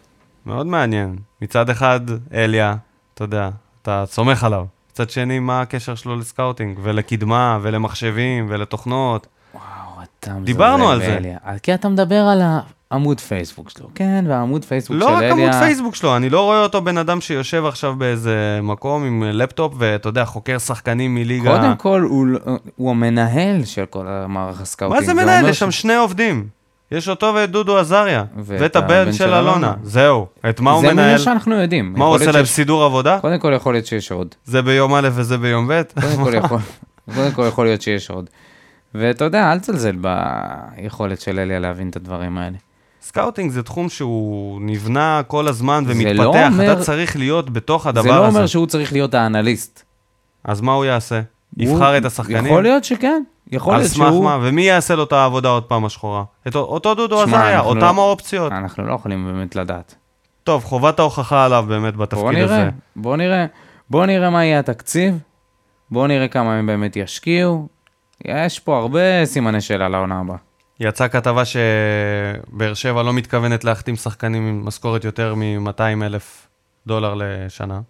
A: מאוד מעניין. מצד אחד, אליה, אתה יודע, אתה סומך עליו. מצד שני, מה הקשר שלו לסקאוטינג, ולקדמה, ולמחשבים, ולתוכנות?
B: וואו, אתה מזלזל
A: דיברנו על זה.
B: באליה. אז כי אתה מדבר על העמוד פייסבוק שלו. כן, והעמוד פייסבוק
A: לא
B: של
A: רק
B: אליה...
A: עמוד פייסבוק שלו, אני לא רואה אותו בן אדם שיושב עכשיו באיזה מקום עם לפטופ, ואתה יודע, חוקר שחקנים מליגה...
B: קודם כל, הוא, לא- הוא המנהל של כל המערך הסקאוטינג.
A: מה זה מנהל?
B: אוקיי, אומר
A: יש שם שני עובדים. יש אותו ואת דודו עזריה,
B: ואת
A: ואת הבן של אלונה. זהו. את מה הוא
B: זה
A: מנהל?
B: זה שאנחנו יודעים.
A: מה הוא
B: יכול
A: עושה
B: להיות
A: להם?
B: שיש-
A: סידור עבודה?
B: קודם כל יכול להיות שיש עוד.
A: זה ביום א' וזה ביום ב'? (laughs)
B: קודם כל יכול, קודם כל יכול להיות שיש עוד. ואתה יודע, אל תזלזל ביכולת של אליה להבין את הדברים האלה.
A: סקאוטינג זה תחום שהוא נבנה כל הזמן
B: זה
A: ומתפתח,
B: לא אומר-
A: אתה צריך להיות בתוך הדבר
B: זה לא
A: הזה.
B: אומר שהוא צריך להיות האנליסט.
A: אז מה הוא יעשה? יבחר
B: הוא-
A: את השחקנים?
B: יכול להיות שכן. יכול
A: על
B: להיות
A: סמך
B: שהוא...
A: מה? ומי יעשה לו את העבודה עוד פעם השחורה? את א- אותו דודו
B: שמע,
A: עזריה,
B: אנחנו
A: אותם
B: לא-
A: האופציות.
B: אנחנו לא יכולים באמת לדעת.
A: טוב, חובת ההוכחה עליו באמת
B: בוא
A: בתפקיד
B: נראה,
A: הזה.
B: בוא נראה, בוא נראה מה יהיה התקציב, בוא נראה כמה הם באמת ישקיעו. יש פה הרבה סימני שאלה לעונה הבאה.
A: יצאה כתבה שבאר שבע לא מתכוונת להחתים שחקנים עם משכורת יותר מ-200 אלף דולר לשנה.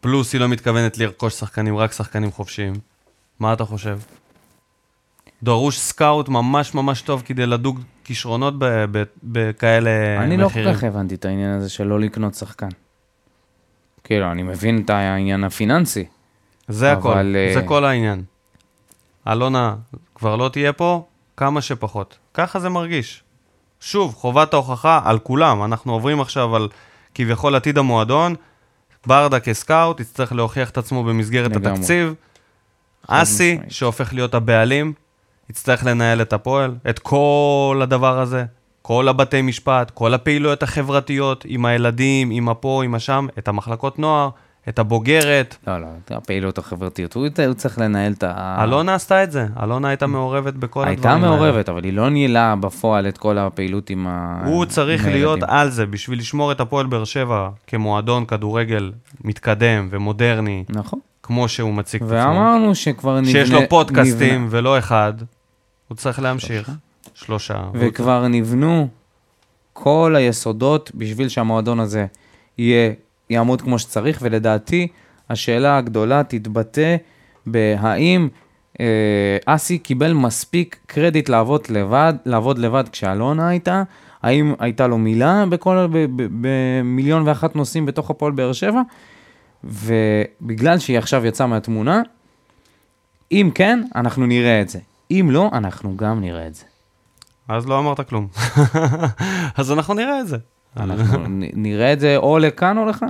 A: פלוס היא לא מתכוונת לרכוש שחקנים, רק שחקנים חופשיים. מה אתה חושב? דרוש סקאוט ממש ממש טוב כדי לדוג כישרונות ב- ב- בכאלה
B: אני
A: אה, מחירים.
B: לא כל כך הבנתי את העניין הזה של לא לקנות שחקן. כאילו, אני מבין את העניין הפיננסי.
A: זה הכל,
B: אבל, אה,
A: זה כל העניין. אלונה כבר לא תהיה פה, כמה שפחות. ככה זה מרגיש. שוב, חובת ההוכחה על כולם. אנחנו עוברים עכשיו על כביכול עתיד המועדון. ברדה כסקאוט יצטרך להוכיח את עצמו במסגרת
B: לגמרי.
A: התקציב.
B: חד
A: אסי,
B: משמעית.
A: שהופך להיות הבעלים, יצטרך לנהל את הפועל, את כל הדבר הזה, כל הבתי משפט, כל הפעילויות החברתיות, עם הילדים, עם הפה, עם השם, את המחלקות נוער, את הבוגרת.
B: לא, לא, את הפעילות החברתיות. הוא ית- הוא צריך לנהל את ה...
A: אלונה עשתה את זה, אלונה הייתה מעורבת בכל אה, לא, הדברים
B: אה. הייתה מעורבת, אבל היא לא ניהלה בפועל את כל הפעילות עם ה...
A: הוא צריך
B: אה, עם הילדים.
A: להיות על זה בשביל לשמור את הפועל באר שבע כמועדון כדורגל מתקדם ומודרני,
B: נכון.
A: כמו שהוא מציג את עצמו.
B: ואמרנו שכבר נבנה...
A: שיש לו פודקאסטים
B: נבנה-
A: ולא אחד, הוא צריך להמשיך. שלושה.
B: וכבר נבנו כל היסודות בשביל שהמועדון הזה יהיה, יעמוד כמו שצריך, ולדעתי השאלה הגדולה תתבטא בהאם אה, אסי קיבל מספיק קרדיט לעבוד לבד, לעבוד לבד כשאלונה הייתה, האם הייתה לו מילה בכל, ב- ב- במיליון ואחת נושאים בתוך הפועל באר שבע, ובגלל שהיא עכשיו יצאה מהתמונה, אם כן, אנחנו נראה את זה. אם לא, אנחנו גם נראה את זה.
A: אז לא אמרת כלום. (laughs) אז אנחנו נראה את זה.
B: אנחנו נ- נראה את זה או לכאן או לכאן.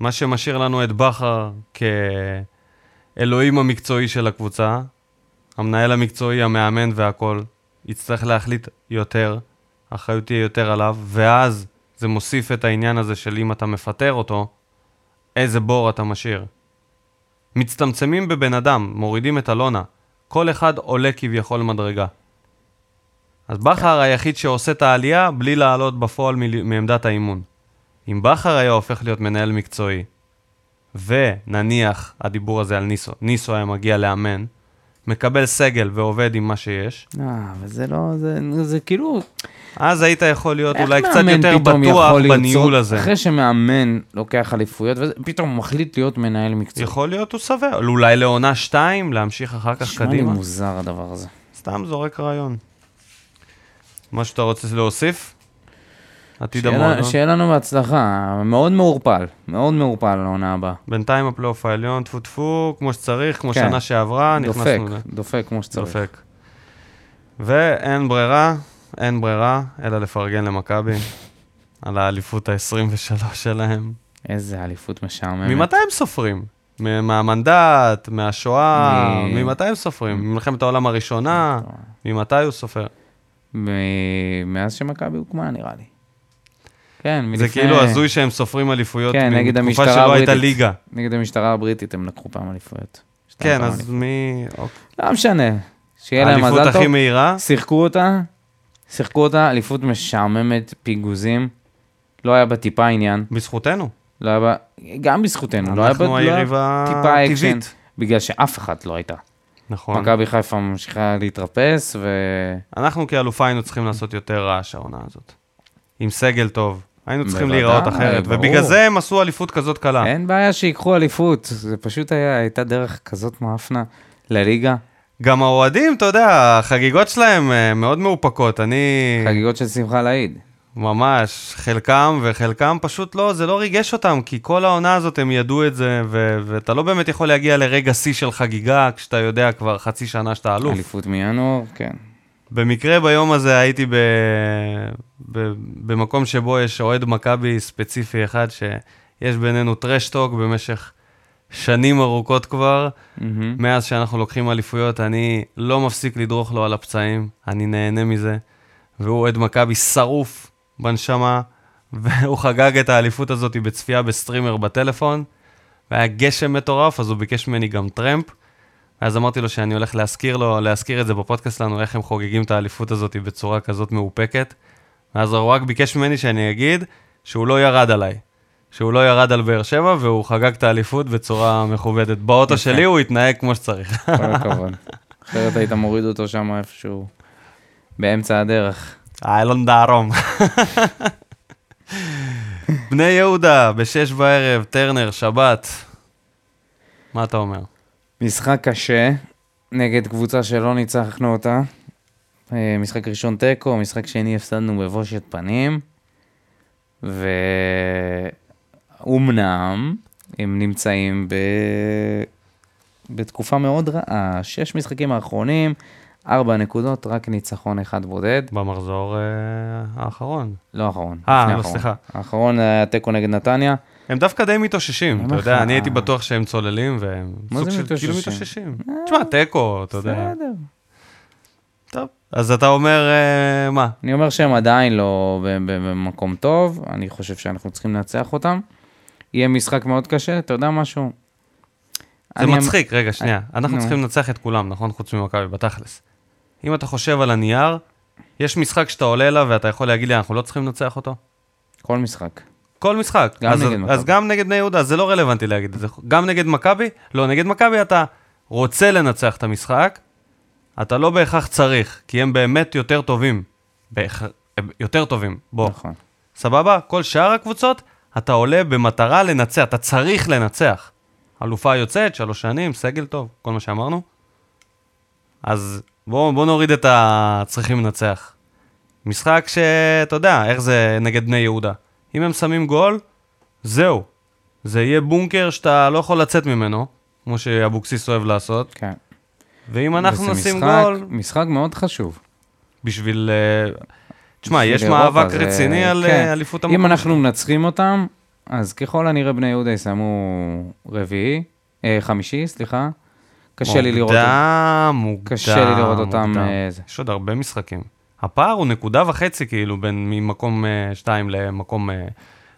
A: מה שמשאיר לנו את בכר כאלוהים המקצועי של הקבוצה, המנהל המקצועי, המאמן והכול, יצטרך להחליט יותר, האחריות תהיה יותר עליו, ואז זה מוסיף את העניין הזה של אם אתה מפטר אותו, איזה בור אתה משאיר. מצטמצמים בבן אדם, מורידים את אלונה, כל אחד עולה כביכול מדרגה. אז בכר היחיד שעושה את העלייה בלי לעלות בפועל מל- מעמדת האימון. אם בכר היה הופך להיות מנהל מקצועי, ונניח הדיבור הזה על ניסו, ניסו היה מגיע לאמן, מקבל סגל ועובד עם מה שיש,
B: אה, אבל זה לא, זה, זה כאילו...
A: אז היית יכול להיות
B: איך
A: אולי קצת
B: מאמן
A: יותר
B: פתאום
A: בטוח
B: יכול לרצות-
A: בניהול הזה.
B: אחרי שמאמן לוקח אליפויות, וזה, פתאום הוא מחליט להיות מנהל מקצועי.
A: יכול להיות הוא סביר, אולי לעונה 2, להמשיך אחר כך
B: נשמע לי
A: קדימה.
B: מוזר הדבר הזה.
A: סתם זורק רעיון. מה שאתה רוצה להוסיף? עתיד
B: שיהיה לנו-
A: המועדון.
B: שיהיה לנו בהצלחה, מאוד מעורפל, מאוד מעורפל לעונה הבאה.
A: בינתיים הפלייאוף העליון, טפו טפו, כמו שצריך, כמו
B: כן.
A: שנה שעברה,
B: דופק,
A: אה, נכנסנו ל...
B: דופק כמו שצריך.
A: דופק. ואין ברירה, אין ברירה, אלא לפרגן למכבי על האליפות ה-23 שלהם.
B: איזה אליפות משעממת.
A: ממתי הם סופרים? מ- מהמנדט, מהשואה,
B: מ-
A: ממתי הם סופרים? ממלחמת העולם הראשונה, ממתי הוא סופר?
B: מ- מאז שמכבי הוקמה, נראה לי. כן,
A: זה
B: מלפני...
A: כאילו הזוי שהם סופרים אליפויות
B: כן, נגד
A: מתקופה
B: המשטרה
A: שלא הייתה
B: הבריטית. כן,
A: ליגה.
B: נגד המשטרה הבריטית הם לקחו פעם אליפויות. שתיים
A: כן,
B: פעם
A: אז מי... אוקיי.
B: לא משנה, שיהיה נכון. להם
A: האליפות
B: מזל
A: הכי
B: טוב.
A: מהירה,
B: שיחקו אותה, שיחקו אותה, אליפות משעממת, פיגוזים. לא היה בה טיפה עניין,
A: בזכותנו.
B: לא היה בה, גם בזכותנו, לא היה בה
A: אנחנו
B: לא היה
A: היריבה
B: טיפה אקשן,
A: הטבעית.
B: בגלל שאף אחת לא הייתה.
A: נכון.
B: מכבי חיפה ממשיכה להתרפס, ו...
A: אנחנו כאלופה היינו צריכים לעשות יותר רעש העונה הזאת. עם סגל טוב. היינו צריכים
B: בוודאי,
A: להיראות אחרת,
B: ברור. כן.
A: ובגלל זה הם עשו אליפות כזאת קלה.
B: אין בעיה שיקחו אליפות, זה פשוט היה, הייתה דרך כזאת מאפנה לליגה,
A: גם האוהדים, אתה יודע, החגיגות שלהם אה, מאוד מאופקות. אני...
B: חגיגות של שמחה לאיד.
A: ממש, חלקם, וחלקם פשוט לא, זה לא ריגש אותם, כי כל העונה הזאת הם ידעו את זה, ו- ואתה לא באמת יכול להגיע לרגע שיא של חגיגה, כשאתה יודע כבר חצי שנה שאתה אלוף.
B: אליפות מינואר, כן.
A: במקרה ביום הזה הייתי ב... ב... במקום שבו יש אוהד מכבי ספציפי אחד, שיש בינינו טרשטוק במשך שנים ארוכות כבר.
B: מהמם.
A: מאז שאנחנו לוקחים אליפויות, אני לא מפסיק לדרוך לו על הפצעים, אני נהנה מזה. והוא אוהד מכבי שרוף בנשמה, (laughs) והוא חגג את האליפות הזאת בצפייה בסטרימר בטלפון. והיה גשם מטורף, אז הוא ביקש ממני גם טרמפ. אז אמרתי לו שאני הולך להזכיר לו, להזכיר את זה בפודקאסט שלנו, איך הם חוגגים את האליפות הזאת בצורה כזאת מאופקת. ואז הוא רק ביקש ממני שאני אגיד שהוא לא ירד עליי. שהוא לא ירד על באר שבע, והוא חגג את האליפות בצורה מכובדת. באוטו
B: יפה.
A: שלי הוא התנהג כמו שצריך.
B: כל הכבוד. אחרת היית מוריד אותו שם איפשהו באמצע הדרך.
A: איילון
B: (laughs)
A: דהרום. בני יהודה, בשש בערב, טרנר, שבת. מה אתה אומר?
B: משחק קשה נגד קבוצה שלא ניצחנו אותה. אה, משחק ראשון תיקו, משחק שני הפסדנו בבושת פנים. ואומנם הם נמצאים ב... בתקופה מאוד רעה. שש משחקים האחרונים, ארבע נקודות, רק ניצחון אחד בודד.
A: במחזור אה, האחרון.
B: לא האחרון,
A: אה,
B: לפני
A: לא,
B: האחרון.
A: סליחה.
B: האחרון היה תיקו נגד נתניה.
A: הם דווקא די מתאוששים, אתה
B: למה
A: יודע,
B: לך?
A: אני הייתי בטוח שהם צוללים, והם
B: מה
A: סוג
B: זה
A: של כאילו
B: מתאוששים? אה,
A: מתאוששים. תשמע, תיקו, אתה יודע.
B: בסדר.
A: טוב. אז אתה אומר, אה, מה?
B: אני אומר שהם עדיין לא ב- ב- במקום טוב, אני חושב שאנחנו צריכים לנצח אותם. יהיה משחק מאוד קשה, אתה יודע משהו?
A: זה
B: אני- אמ-
A: מצחיק, רגע, שנייה. אנחנו
B: נו.
A: צריכים לנצח את כולם, נכון? חוץ ממכבי, בתכלס. אם אתה חושב על הנייר, יש משחק שאתה עולה אליו ואתה יכול להגיד לי, אנחנו לא צריכים לנצח אותו?
B: כל משחק.
A: כל משחק.
B: גם
A: אז,
B: נגד מכבי.
A: אז גם נגד בני יהודה, זה לא רלוונטי להגיד את זה. גם נגד מכבי? לא, נגד מכבי אתה רוצה לנצח את המשחק, אתה לא בהכרח צריך, כי הם באמת יותר טובים. בהכ... הם יותר טובים, בוא.
B: נכון.
A: סבבה? כל שאר הקבוצות, אתה עולה במטרה לנצח, אתה צריך לנצח. אלופה יוצאת, שלוש שנים, סגל טוב, כל מה שאמרנו. אז בואו בוא נוריד את הצריכים לנצח. משחק שאתה יודע, איך זה נגד בני יהודה. אם הם שמים גול, זהו. זה יהיה בונקר שאתה לא יכול לצאת ממנו, כמו שאבוקסיס אוהב לעשות.
B: כן.
A: ואם אנחנו
B: וזה
A: נשים
B: משחק-
A: גול,
B: משחק מאוד חשוב.
A: בשביל... אה, תשמע,
B: בשביל
A: יש
B: אירופה,
A: מאבק
B: זה-
A: רציני על
B: כן.
A: אה, אליפות
B: אם
A: המקום.
B: אנחנו מנצחים אותם, אז ככל הנראה בני יהודה יסיימו רביעי, אה, חמישי, סליחה. קשה לי לראות. אותם.
A: מוקדם, מוקדם.
B: קשה לי לראות אותם,
A: מוקדם.
B: אה, זה.
A: יש עוד הרבה משחקים. הפער הוא נקודה וחצי, כאילו, בין ממקום 2 למקום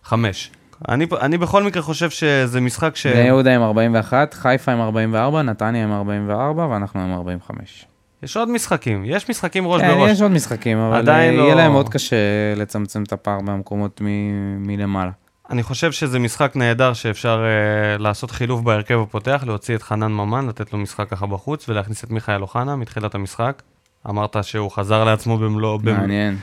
A: 5. אני, אני בכל מקרה חושב שזה משחק ש...
B: בני יהודה עם 41, חיפה עם 44, נתניה עם 44 ואנחנו עם 45.
A: יש עוד משחקים, יש משחקים ראש
B: כן,
A: בראש.
B: יש עוד משחקים, אבל אה,
A: עדיין
B: יהיה
A: לא-
B: להם מאוד קשה לצמצם את הפער מהמקומות מ- מלמעלה.
A: אני חושב שזה משחק נהדר שאפשר uh, לעשות חילוף בהרכב הפותח, להוציא את חנן ממן, לתת לו משחק ככה בחוץ, ולהכניס את מיכאל אוחנה מתחילת המשחק. אמרת שהוא חזר לעצמו במלוא... במ-
B: מעניין.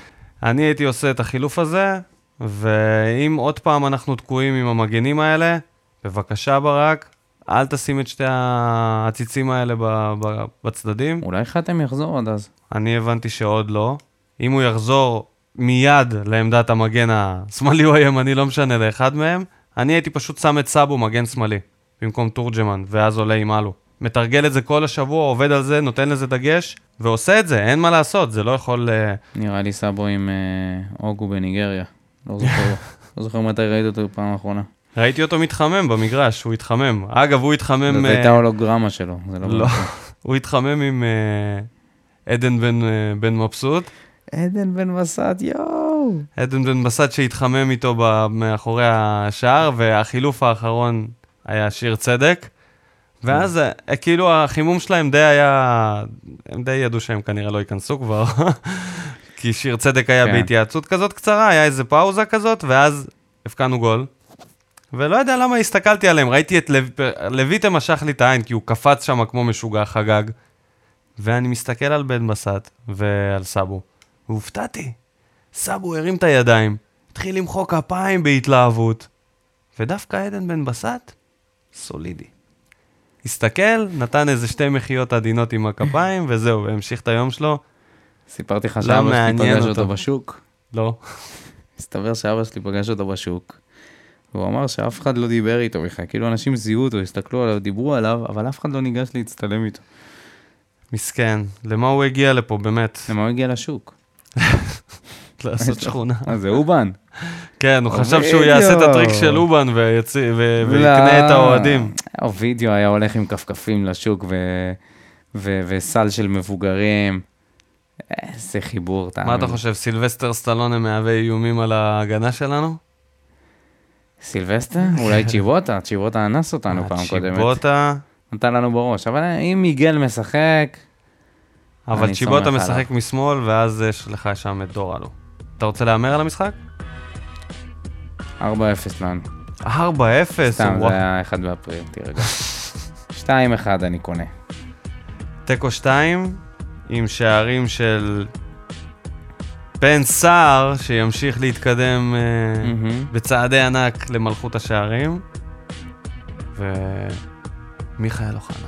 A: אני הייתי עושה את החילוף הזה, ואם עוד פעם אנחנו תקועים עם המגנים האלה, בבקשה ברק, אל תשים את שתי העציצים האלה ב- ב- בצדדים.
B: אולי חתם יחזור עד אז.
A: אני הבנתי שעוד לא. אם הוא יחזור מיד לעמדת המגן השמאלי (laughs) או הימני, לא משנה, לאחד מהם, אני הייתי פשוט שם את סאבו מגן שמאלי, במקום תורג'מן, ואז עולה עם אלו. מתרגל את זה כל השבוע, עובד על זה, נותן לזה דגש, ועושה את זה, אין מה לעשות, זה לא יכול... אה,
B: נראה לי סאבו עם אה, אוגו בניגריה. לא זוכר, לא זוכר מתי ראיתי אותו פעם האחרונה.
A: ראיתי אותו מתחמם במגרש, הוא התחמם. אגב, הוא התחמם...
B: זאת
A: אה,
B: הייתה הולוגרמה שלו. זה לא...
A: לא. הוא התחמם עם אה, עדן בן, אה, בן מבסוט.
B: עדן בן מסת, יואו!
A: עדן בן בסט שהתחמם איתו ב- מאחורי השער, והחילוף האחרון היה שיר צדק. ואז אה, כאילו החימום שלהם די היה, הם די ידעו שהם כנראה לא ייכנסו כבר, (laughs) כי שיר צדק היה
B: כן.
A: בהתייעצות כזאת קצרה, היה איזה פאוזה כזאת, ואז הבקענו גול. ולא יודע למה הסתכלתי עליהם, ראיתי את לב... לויטה משך לי את העין, כי הוא קפץ שם כמו משוגע, חגג. ואני מסתכל על בן בסט ועל סאבו, והופתעתי. סאבו הרים את הידיים, התחיל למחוא כפיים בהתלהבות, ודווקא עדן בן בסט, סולידי. הסתכל, נתן איזה שתי מחיות עדינות עם הכפיים, וזהו, והמשיך את היום שלו.
B: סיפרתי לך
A: לא
B: שאבא שלי
A: מעניין
B: פגש
A: אותו.
B: אותו בשוק.
A: לא.
B: הסתבר שאבא שלי פגש אותו בשוק. והוא אמר שאף אחד לא דיבר איתו בכלל, כאילו אנשים זיהו אותו, הסתכלו עליו, דיברו עליו, אבל אף אחד לא ניגש להצטלם איתו.
A: מסכן. למה הוא הגיע לפה, באמת? (laughs)
B: למה הוא הגיע לשוק? (laughs)
A: לעשות שכונה.
B: אה, זה אובן.
A: כן, הוא
B: אובידיו.
A: חשב שהוא יעשה את הטריק של אובן ויצי- ו-
B: לא.
A: ויקנה את האוהדים.
B: אובידיו היה הולך עם כפכפים לשוק ו... ו... וסל של מבוגרים. איזה חיבור, תאמין.
A: מה אתה
B: לי.
A: חושב, סילבסטר סטלונה מהווה איומים על ההגנה שלנו?
B: סילבסטר? אולי צ'יבוטה, צ'יבוטה אנס
A: אה,
B: אותנו פעם קודמת.
A: צ'יבוטה,
B: נתן לנו בראש. אבל אם מיגל משחק,
A: אבל
B: אני
A: צ'יבוטה
B: סומך
A: משחק משמאל, ואז יש לך שם את דורלו. אתה רוצה להמר על המשחק?
B: 4-0 לנו.
A: 4-0,
B: סתם, זה
A: וואו.
B: היה 1 באפריל, (laughs) תירגע. 2-1 אני קונה.
A: תיקו 2, עם שערים של בן סער, שימשיך להתקדם אה,
B: מהמם.
A: בצעדי ענק למלכות השערים, ומיכאל אוחנה,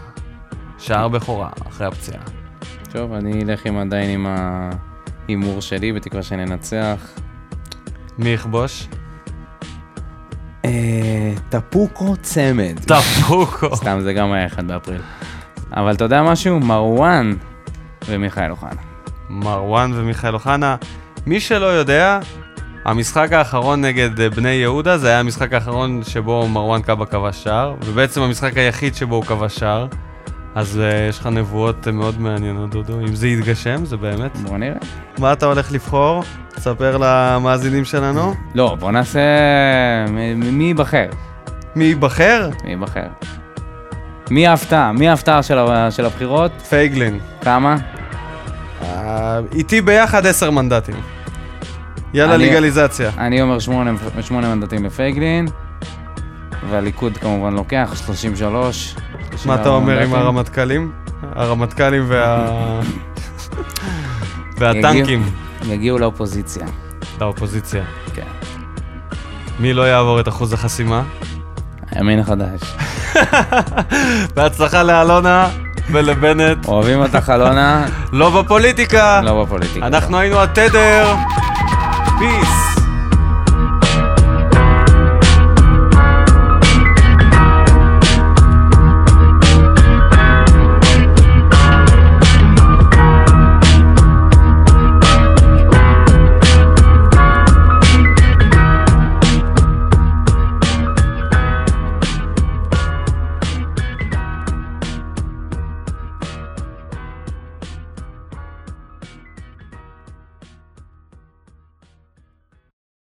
A: שער בכורה אחרי הפציעה.
B: טוב, אני אלך עם עדיין עם ההימור שלי, בתקווה שננצח.
A: מי יכבוש?
B: אה, טפוקו צמד.
A: טפוקו.
B: (laughs) סתם, זה גם היה 1 באפריל. אבל אתה יודע משהו? מרואן ומיכאל אוחנה.
A: מרואן ומיכאל אוחנה. מי שלא יודע, המשחק האחרון נגד אה, בני יהודה זה היה המשחק האחרון שבו מרואן קאבה כבש שער, ובעצם המשחק היחיד שבו הוא כבש שער. אז uh, יש לך נבואות אה, מאוד מעניינות, דודו. אם זה יתגשם, זה באמת.
B: בוא נראה.
A: מה אתה הולך לבחור? תספר למאזינים שלנו.
B: לא, בוא נעשה... מ- מ- מי ייבחר?
A: מי ייבחר?
B: מי ייבחר? מי ההפתעה? מי ההפתעה של ה- של הבחירות?
A: פייגלין.
B: כמה?
A: אה, איתי ביחד עשר מנדטים. יאללה,
B: אני-
A: לגליזציה.
B: אני אומר שמונה שמונה מנדטים לפייגלין, והליכוד כמובן לוקח 33.
A: מה
B: 34
A: אתה אומר עם
B: מנדטים.
A: הרמטכ"לים? הרמטכ"לים וה...
B: יגיעו-
A: והטנקים
B: יגיעו לאופוזיציה.
A: לאופוזיציה.
B: כן.
A: מי לא יעבור את אחוז החסימה?
B: הימין החדש.
A: בהצלחה לאלונה ולבנט.
B: אוהבים אותך, אלונה,
A: לא בפוליטיקה,
B: לא בפוליטיקה.
A: אנחנו היינו התדר. פיס.